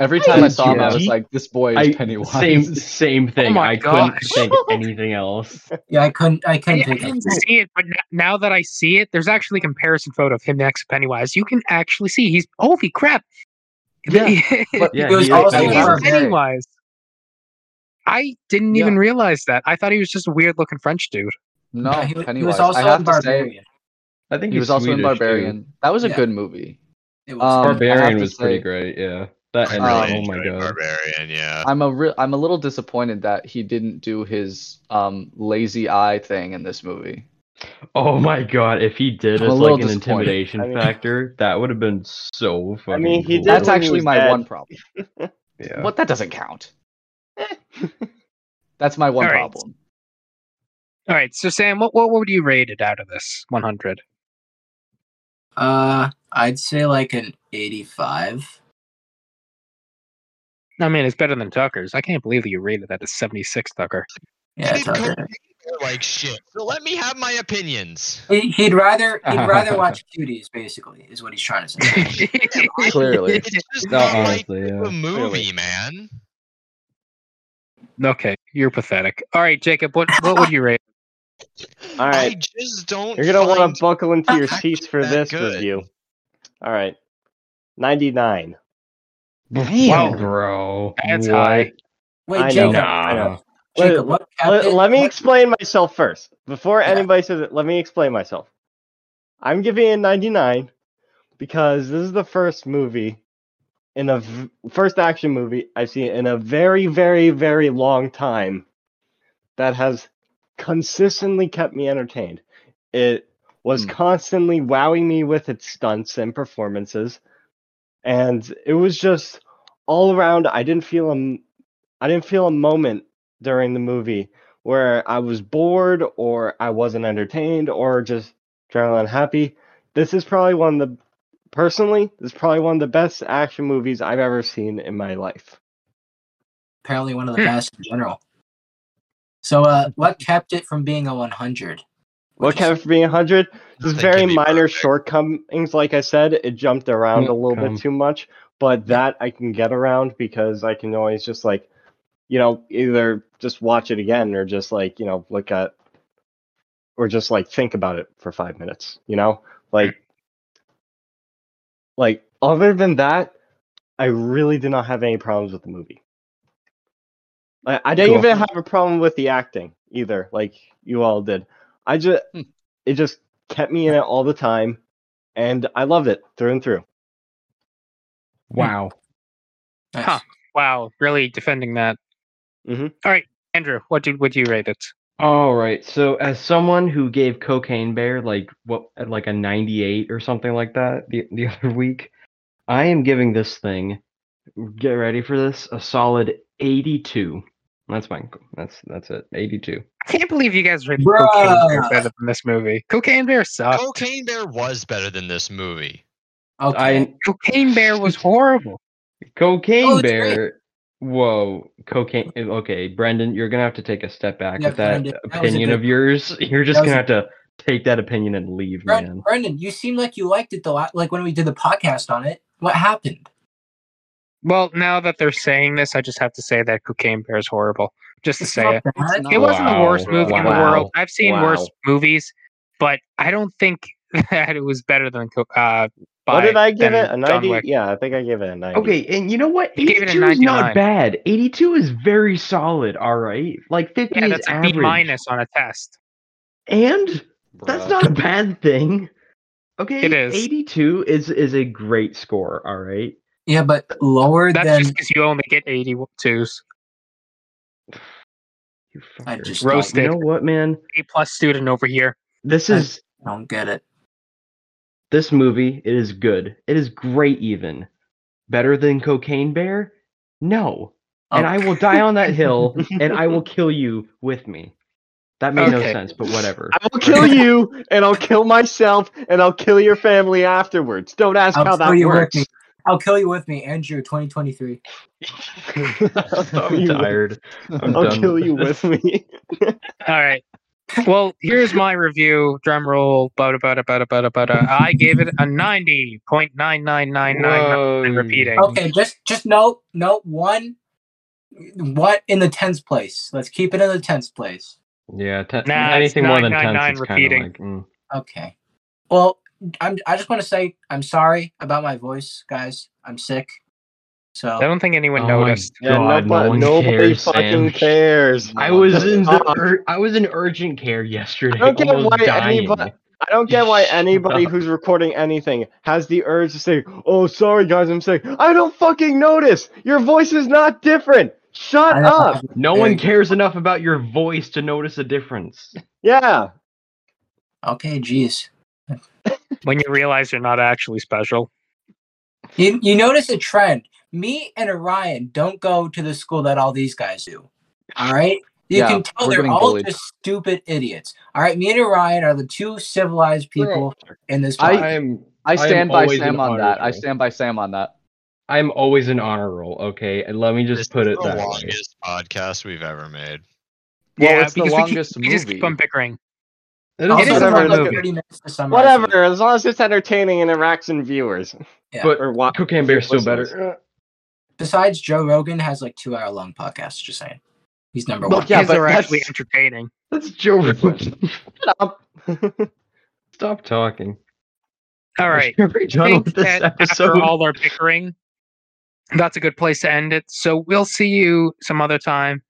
[SPEAKER 5] Every time I saw him, I
[SPEAKER 3] Yeah.
[SPEAKER 5] was like, "This boy is
[SPEAKER 3] I-
[SPEAKER 5] Pennywise."
[SPEAKER 3] same same thing.
[SPEAKER 1] my
[SPEAKER 3] I
[SPEAKER 1] gosh.
[SPEAKER 3] couldn't think anything else.
[SPEAKER 4] Yeah, I couldn't. I
[SPEAKER 1] I,
[SPEAKER 4] couldn't
[SPEAKER 1] I
[SPEAKER 4] take it.
[SPEAKER 1] didn't see it, but n- now that I see it, there's actually a comparison photo of him next to Pennywise. You can actually see he's holy crap. [LAUGHS]
[SPEAKER 5] Yeah,
[SPEAKER 4] [LAUGHS]
[SPEAKER 5] but-
[SPEAKER 3] Yeah,
[SPEAKER 4] He was
[SPEAKER 3] he is
[SPEAKER 4] also
[SPEAKER 1] he's
[SPEAKER 4] Pennywise.
[SPEAKER 3] Pennywise.
[SPEAKER 1] Pennywise. I didn't
[SPEAKER 5] Yeah.
[SPEAKER 1] even realize that. I thought he was just a weird looking French dude.
[SPEAKER 5] [LAUGHS] no,
[SPEAKER 4] Yeah, he,
[SPEAKER 5] Pennywise.
[SPEAKER 4] he was also
[SPEAKER 5] I have
[SPEAKER 4] in
[SPEAKER 5] to say,
[SPEAKER 4] Barbarian.
[SPEAKER 3] I think
[SPEAKER 5] he was also in Barbarian. That was a
[SPEAKER 4] Yeah.
[SPEAKER 5] good movie.
[SPEAKER 4] It was.
[SPEAKER 5] Um, I have
[SPEAKER 3] Barbarian
[SPEAKER 5] to
[SPEAKER 3] was pretty
[SPEAKER 5] say-
[SPEAKER 3] great, yeah. That
[SPEAKER 2] I
[SPEAKER 3] ended,
[SPEAKER 2] really
[SPEAKER 3] oh my
[SPEAKER 2] enjoyed
[SPEAKER 3] god.
[SPEAKER 2] Barbarian, yeah.
[SPEAKER 5] I'm a re- I'm a little disappointed that he didn't do his um lazy eye thing in this movie.
[SPEAKER 3] Oh my god, if he did
[SPEAKER 5] I'm a
[SPEAKER 3] as
[SPEAKER 5] little
[SPEAKER 3] like an
[SPEAKER 5] disappointed.
[SPEAKER 3] intimidation
[SPEAKER 6] I mean-
[SPEAKER 3] factor, that would have been so fucking
[SPEAKER 6] mean, he
[SPEAKER 3] cool.
[SPEAKER 6] did
[SPEAKER 5] That's
[SPEAKER 6] when he
[SPEAKER 5] actually
[SPEAKER 6] was
[SPEAKER 5] my
[SPEAKER 6] dead.
[SPEAKER 5] one problem.
[SPEAKER 3] yeah.
[SPEAKER 5] What that doesn't count.
[SPEAKER 4] Eh. [LAUGHS]
[SPEAKER 5] That's my one
[SPEAKER 1] All right.
[SPEAKER 5] problem.
[SPEAKER 1] All right, so Sam, what, what would you rate it out of this 100?
[SPEAKER 4] Uh, I'd say like an eighty-five.
[SPEAKER 1] I mean, it's better than Tucker's. I can't believe that you rated that as 76, Tucker.
[SPEAKER 4] Yeah,
[SPEAKER 2] Dude,
[SPEAKER 4] Tucker.
[SPEAKER 2] Cocaine like shit. So let me have my opinions.
[SPEAKER 4] He- He'd rather he'd
[SPEAKER 6] [LAUGHS]
[SPEAKER 4] rather watch cuties, basically, is what he's trying to say.
[SPEAKER 5] Clearly.
[SPEAKER 2] It's just
[SPEAKER 5] No,
[SPEAKER 2] not like
[SPEAKER 5] honestly,
[SPEAKER 2] a movie, man.
[SPEAKER 1] [LAUGHS] okay, you're pathetic. All right, Jacob, what what would you rate?
[SPEAKER 6] All
[SPEAKER 2] I
[SPEAKER 6] right.
[SPEAKER 2] just don't.
[SPEAKER 6] You're gonna want
[SPEAKER 2] find-
[SPEAKER 6] to buckle into your
[SPEAKER 2] Not
[SPEAKER 6] seats for
[SPEAKER 2] that
[SPEAKER 6] this
[SPEAKER 2] good.
[SPEAKER 6] review. All right, ninety-nine.
[SPEAKER 1] Wow.
[SPEAKER 3] bro.
[SPEAKER 1] That's
[SPEAKER 3] What?
[SPEAKER 1] high.
[SPEAKER 4] Wait,
[SPEAKER 6] I know,
[SPEAKER 4] Jacob,
[SPEAKER 3] I know.
[SPEAKER 4] Jacob, what
[SPEAKER 6] Let,
[SPEAKER 4] capi-
[SPEAKER 6] let me
[SPEAKER 4] what-
[SPEAKER 6] explain myself first before
[SPEAKER 4] Yeah.
[SPEAKER 6] anybody says it. Let me explain myself. I'm giving it 99 because this is the first movie in a v- first action movie I've seen in a very, very, very long time that has consistently kept me entertained. It was
[SPEAKER 5] Hmm.
[SPEAKER 6] constantly wowing me with its stunts and performances, and it was just all around. I didn't feel a, m- I didn't feel a moment during the movie where I was bored or I wasn't entertained or just generally unhappy. This is probably one of the personally, this is probably one of the best action movies I've ever seen in my life.
[SPEAKER 4] apparently one of
[SPEAKER 6] Hmm.
[SPEAKER 4] the best in general. So, uh, what kept it from being a 100?
[SPEAKER 6] What kept it from being 100? There's
[SPEAKER 2] Nothing
[SPEAKER 6] very
[SPEAKER 2] can be
[SPEAKER 6] minor
[SPEAKER 2] perfect.
[SPEAKER 6] shortcomings. Like I said, it jumped around a little
[SPEAKER 3] Come.
[SPEAKER 6] bit too much, but that I can get around because I can always just like, you know, either just watch it again or just like, you know, look at or just like think about it for five minutes, you know? Like, like other than that, I really did not have any problems with the movie. I, I didn't
[SPEAKER 1] Cool.
[SPEAKER 6] even have a problem with the acting either, like you all did. I just
[SPEAKER 5] Hmm.
[SPEAKER 6] it just kept me in it all the time, and I loved it through and through.
[SPEAKER 3] Wow.
[SPEAKER 4] Nice.
[SPEAKER 1] Huh. Wow, really defending that.
[SPEAKER 6] Mhm.
[SPEAKER 1] All right, Andrew, what did would you rate it?
[SPEAKER 3] All right. So as someone who gave Cocaine Bear like what like a 98 or something like that the, the [LAUGHS] other week, I am giving this thing get ready for this a solid 82. That's my that's that's it. 82.
[SPEAKER 1] I can't believe you guys rated
[SPEAKER 4] Bruh.
[SPEAKER 1] Cocaine Bear better than this movie. Cocaine Bear sucked.
[SPEAKER 2] Cocaine Bear was better than this movie.
[SPEAKER 4] Okay.
[SPEAKER 3] I
[SPEAKER 1] Cocaine Bear was horrible.
[SPEAKER 3] Cocaine
[SPEAKER 4] Oh, it's great.
[SPEAKER 3] Bear Whoa, cocaine. eh, Okay, Brendan, you're gonna have to take a step back
[SPEAKER 4] Yeah,
[SPEAKER 3] with that
[SPEAKER 4] Brendan, that was a
[SPEAKER 3] opinion
[SPEAKER 4] good
[SPEAKER 3] of yours. [LAUGHS] You're just
[SPEAKER 4] That was
[SPEAKER 3] gonna
[SPEAKER 4] a-
[SPEAKER 3] have to take that opinion and leave,
[SPEAKER 4] Bren-
[SPEAKER 3] man.
[SPEAKER 4] Brendan, you seem like you liked it though. I- Like when we did the podcast on it, what happened?
[SPEAKER 1] Well, now that they're saying this, I just have to say that Cocaine Bear is horrible. Just to
[SPEAKER 4] It's
[SPEAKER 1] say
[SPEAKER 4] not
[SPEAKER 1] it.
[SPEAKER 4] bad.
[SPEAKER 1] It wasn't the
[SPEAKER 3] Wow.
[SPEAKER 1] worst movie in the
[SPEAKER 3] Wow.
[SPEAKER 1] world. I've seen worse movies, but I don't think [LAUGHS] that it was better than Co- uh by
[SPEAKER 6] what did I give
[SPEAKER 1] than
[SPEAKER 6] it? A
[SPEAKER 1] John
[SPEAKER 6] ninety?
[SPEAKER 1] Wick.
[SPEAKER 6] Yeah, I think I gave it a ninety.
[SPEAKER 3] Okay, and you know what?
[SPEAKER 1] You gave it a
[SPEAKER 3] 82 is
[SPEAKER 1] 99.
[SPEAKER 3] not bad. 82 is very solid, all right? Like 50
[SPEAKER 1] Yeah,
[SPEAKER 3] is
[SPEAKER 1] that's a B
[SPEAKER 3] average.
[SPEAKER 1] minus on a test.
[SPEAKER 3] And that's not a bad thing. Okay,
[SPEAKER 1] It is.
[SPEAKER 3] 82 is is a great score, all right?
[SPEAKER 4] Yeah, but lower
[SPEAKER 1] That's
[SPEAKER 4] than
[SPEAKER 1] just because you only get 82s.
[SPEAKER 3] You
[SPEAKER 4] I
[SPEAKER 3] fuckers.
[SPEAKER 4] just
[SPEAKER 1] Roasted.
[SPEAKER 3] You know what, man?
[SPEAKER 1] A plus student over here.
[SPEAKER 3] This
[SPEAKER 4] I-
[SPEAKER 3] is
[SPEAKER 4] I don't get it.
[SPEAKER 3] this movie. It is good. It is great even. Better than Cocaine Bear? No. And
[SPEAKER 4] Oh.
[SPEAKER 3] I will die on that hill and I will kill you with me. That made no
[SPEAKER 1] Okay.
[SPEAKER 3] sense, but
[SPEAKER 1] [LAUGHS]
[SPEAKER 3] whatever.
[SPEAKER 6] I will [LAUGHS] kill you, and I'll kill myself, and I'll kill your family afterwards. Don't ask
[SPEAKER 4] I'll
[SPEAKER 6] how
[SPEAKER 4] kill
[SPEAKER 6] that
[SPEAKER 4] you with
[SPEAKER 6] works. [LAUGHS]
[SPEAKER 4] me. I'll kill you with me, Andrew, 2023.
[SPEAKER 3] I'm
[SPEAKER 6] [LAUGHS] You-
[SPEAKER 3] tired. I'm
[SPEAKER 6] I'll
[SPEAKER 3] done
[SPEAKER 6] kill
[SPEAKER 3] with
[SPEAKER 6] you
[SPEAKER 3] this.
[SPEAKER 6] with me.
[SPEAKER 1] All right. Well, here's my review. Drum roll. Bada bada bada bada bada. I gave it a ninety point nine nine nine nine.
[SPEAKER 3] Whoa.
[SPEAKER 1] And repeating.
[SPEAKER 4] Okay, just just note note one. What in the tens place? Let's keep it in the tens place.
[SPEAKER 3] Yeah, ten,
[SPEAKER 1] Nah, it's
[SPEAKER 3] anything more than
[SPEAKER 1] 999
[SPEAKER 3] ten is kind of
[SPEAKER 1] repeating.
[SPEAKER 3] like. mm.
[SPEAKER 4] Okay. Well, I'm. I just want to say I'm sorry about my voice, guys. I'm sick. So
[SPEAKER 1] I don't think anyone
[SPEAKER 3] Oh my
[SPEAKER 1] noticed.
[SPEAKER 6] [LAUGHS] Yeah,
[SPEAKER 3] God, no
[SPEAKER 6] nobody,
[SPEAKER 3] one
[SPEAKER 6] nobody
[SPEAKER 3] cares, Sam.
[SPEAKER 6] fucking cares.
[SPEAKER 3] I was
[SPEAKER 6] [LAUGHS]
[SPEAKER 3] in the
[SPEAKER 6] God.
[SPEAKER 3] ur- I was in urgent care yesterday,
[SPEAKER 6] I don't get
[SPEAKER 3] almost
[SPEAKER 6] why
[SPEAKER 3] dying.
[SPEAKER 6] anybody- I don't get [LAUGHS] why
[SPEAKER 3] Shut
[SPEAKER 6] anybody
[SPEAKER 3] up.
[SPEAKER 6] who's recording anything has the urge to say, "Oh, sorry guys, I'm sick." I don't fucking notice. Your voice is not different. Shut
[SPEAKER 4] I don't
[SPEAKER 6] up.
[SPEAKER 4] have-
[SPEAKER 3] No
[SPEAKER 4] There
[SPEAKER 3] one
[SPEAKER 4] you go.
[SPEAKER 3] cares enough about your voice to notice a difference.
[SPEAKER 6] Yeah.
[SPEAKER 4] Okay, jeez.
[SPEAKER 1] When you realize you're not actually special.
[SPEAKER 4] You you notice a trend. Me and Orion don't go to the school that all these guys do. All right. You
[SPEAKER 5] Yeah,
[SPEAKER 4] can tell
[SPEAKER 5] we're
[SPEAKER 4] they're
[SPEAKER 5] getting
[SPEAKER 4] all
[SPEAKER 5] bullied.
[SPEAKER 4] just stupid idiots. All right. Me and Orion are the two civilized people in this.
[SPEAKER 5] I-
[SPEAKER 4] podcast.
[SPEAKER 3] am.
[SPEAKER 5] I
[SPEAKER 3] am
[SPEAKER 5] stand by
[SPEAKER 3] always an
[SPEAKER 5] Sam on that. I
[SPEAKER 3] honorable.
[SPEAKER 5] stand by Sam on that.
[SPEAKER 3] I'm always an honor roll. Okay, and let me just
[SPEAKER 2] This
[SPEAKER 3] put
[SPEAKER 2] is
[SPEAKER 3] it
[SPEAKER 2] the
[SPEAKER 3] that way.
[SPEAKER 2] longest podcast we've ever made.
[SPEAKER 5] Well,
[SPEAKER 1] yeah,
[SPEAKER 5] it's
[SPEAKER 1] because
[SPEAKER 5] the
[SPEAKER 1] we keep-
[SPEAKER 5] longest
[SPEAKER 1] we just keep
[SPEAKER 5] movie.
[SPEAKER 1] on bickering.
[SPEAKER 3] It
[SPEAKER 4] Also,
[SPEAKER 5] is
[SPEAKER 4] it's
[SPEAKER 5] whatever
[SPEAKER 4] only like
[SPEAKER 5] movie.
[SPEAKER 4] 30 minutes to summarize it.
[SPEAKER 6] Whatever, as long as it's entertaining and it racks in viewers.
[SPEAKER 4] Yeah.
[SPEAKER 3] But
[SPEAKER 6] or what?
[SPEAKER 3] Cocaine Bear's still better.
[SPEAKER 4] Besides, Joe Rogan has like two hour long podcasts. Just saying, he's number
[SPEAKER 6] Well,
[SPEAKER 4] one.
[SPEAKER 6] yeah,
[SPEAKER 1] His
[SPEAKER 6] but
[SPEAKER 1] are
[SPEAKER 6] that's-
[SPEAKER 1] actually entertaining.
[SPEAKER 3] That's Joe Rogan.
[SPEAKER 6] [LAUGHS] Shut up.
[SPEAKER 3] Stop talking.
[SPEAKER 1] All right.
[SPEAKER 3] Are we
[SPEAKER 1] I
[SPEAKER 3] done
[SPEAKER 1] think
[SPEAKER 3] with this
[SPEAKER 1] that after
[SPEAKER 3] episode?
[SPEAKER 1] all our bickering, that's a good place to end it. So we'll see you some other time.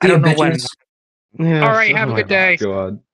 [SPEAKER 1] I
[SPEAKER 4] See ya,
[SPEAKER 1] don't know when.
[SPEAKER 4] bitches.
[SPEAKER 3] Yeah,
[SPEAKER 1] All right,
[SPEAKER 3] so-
[SPEAKER 1] have a
[SPEAKER 3] oh
[SPEAKER 1] good
[SPEAKER 3] my
[SPEAKER 1] day.
[SPEAKER 3] God.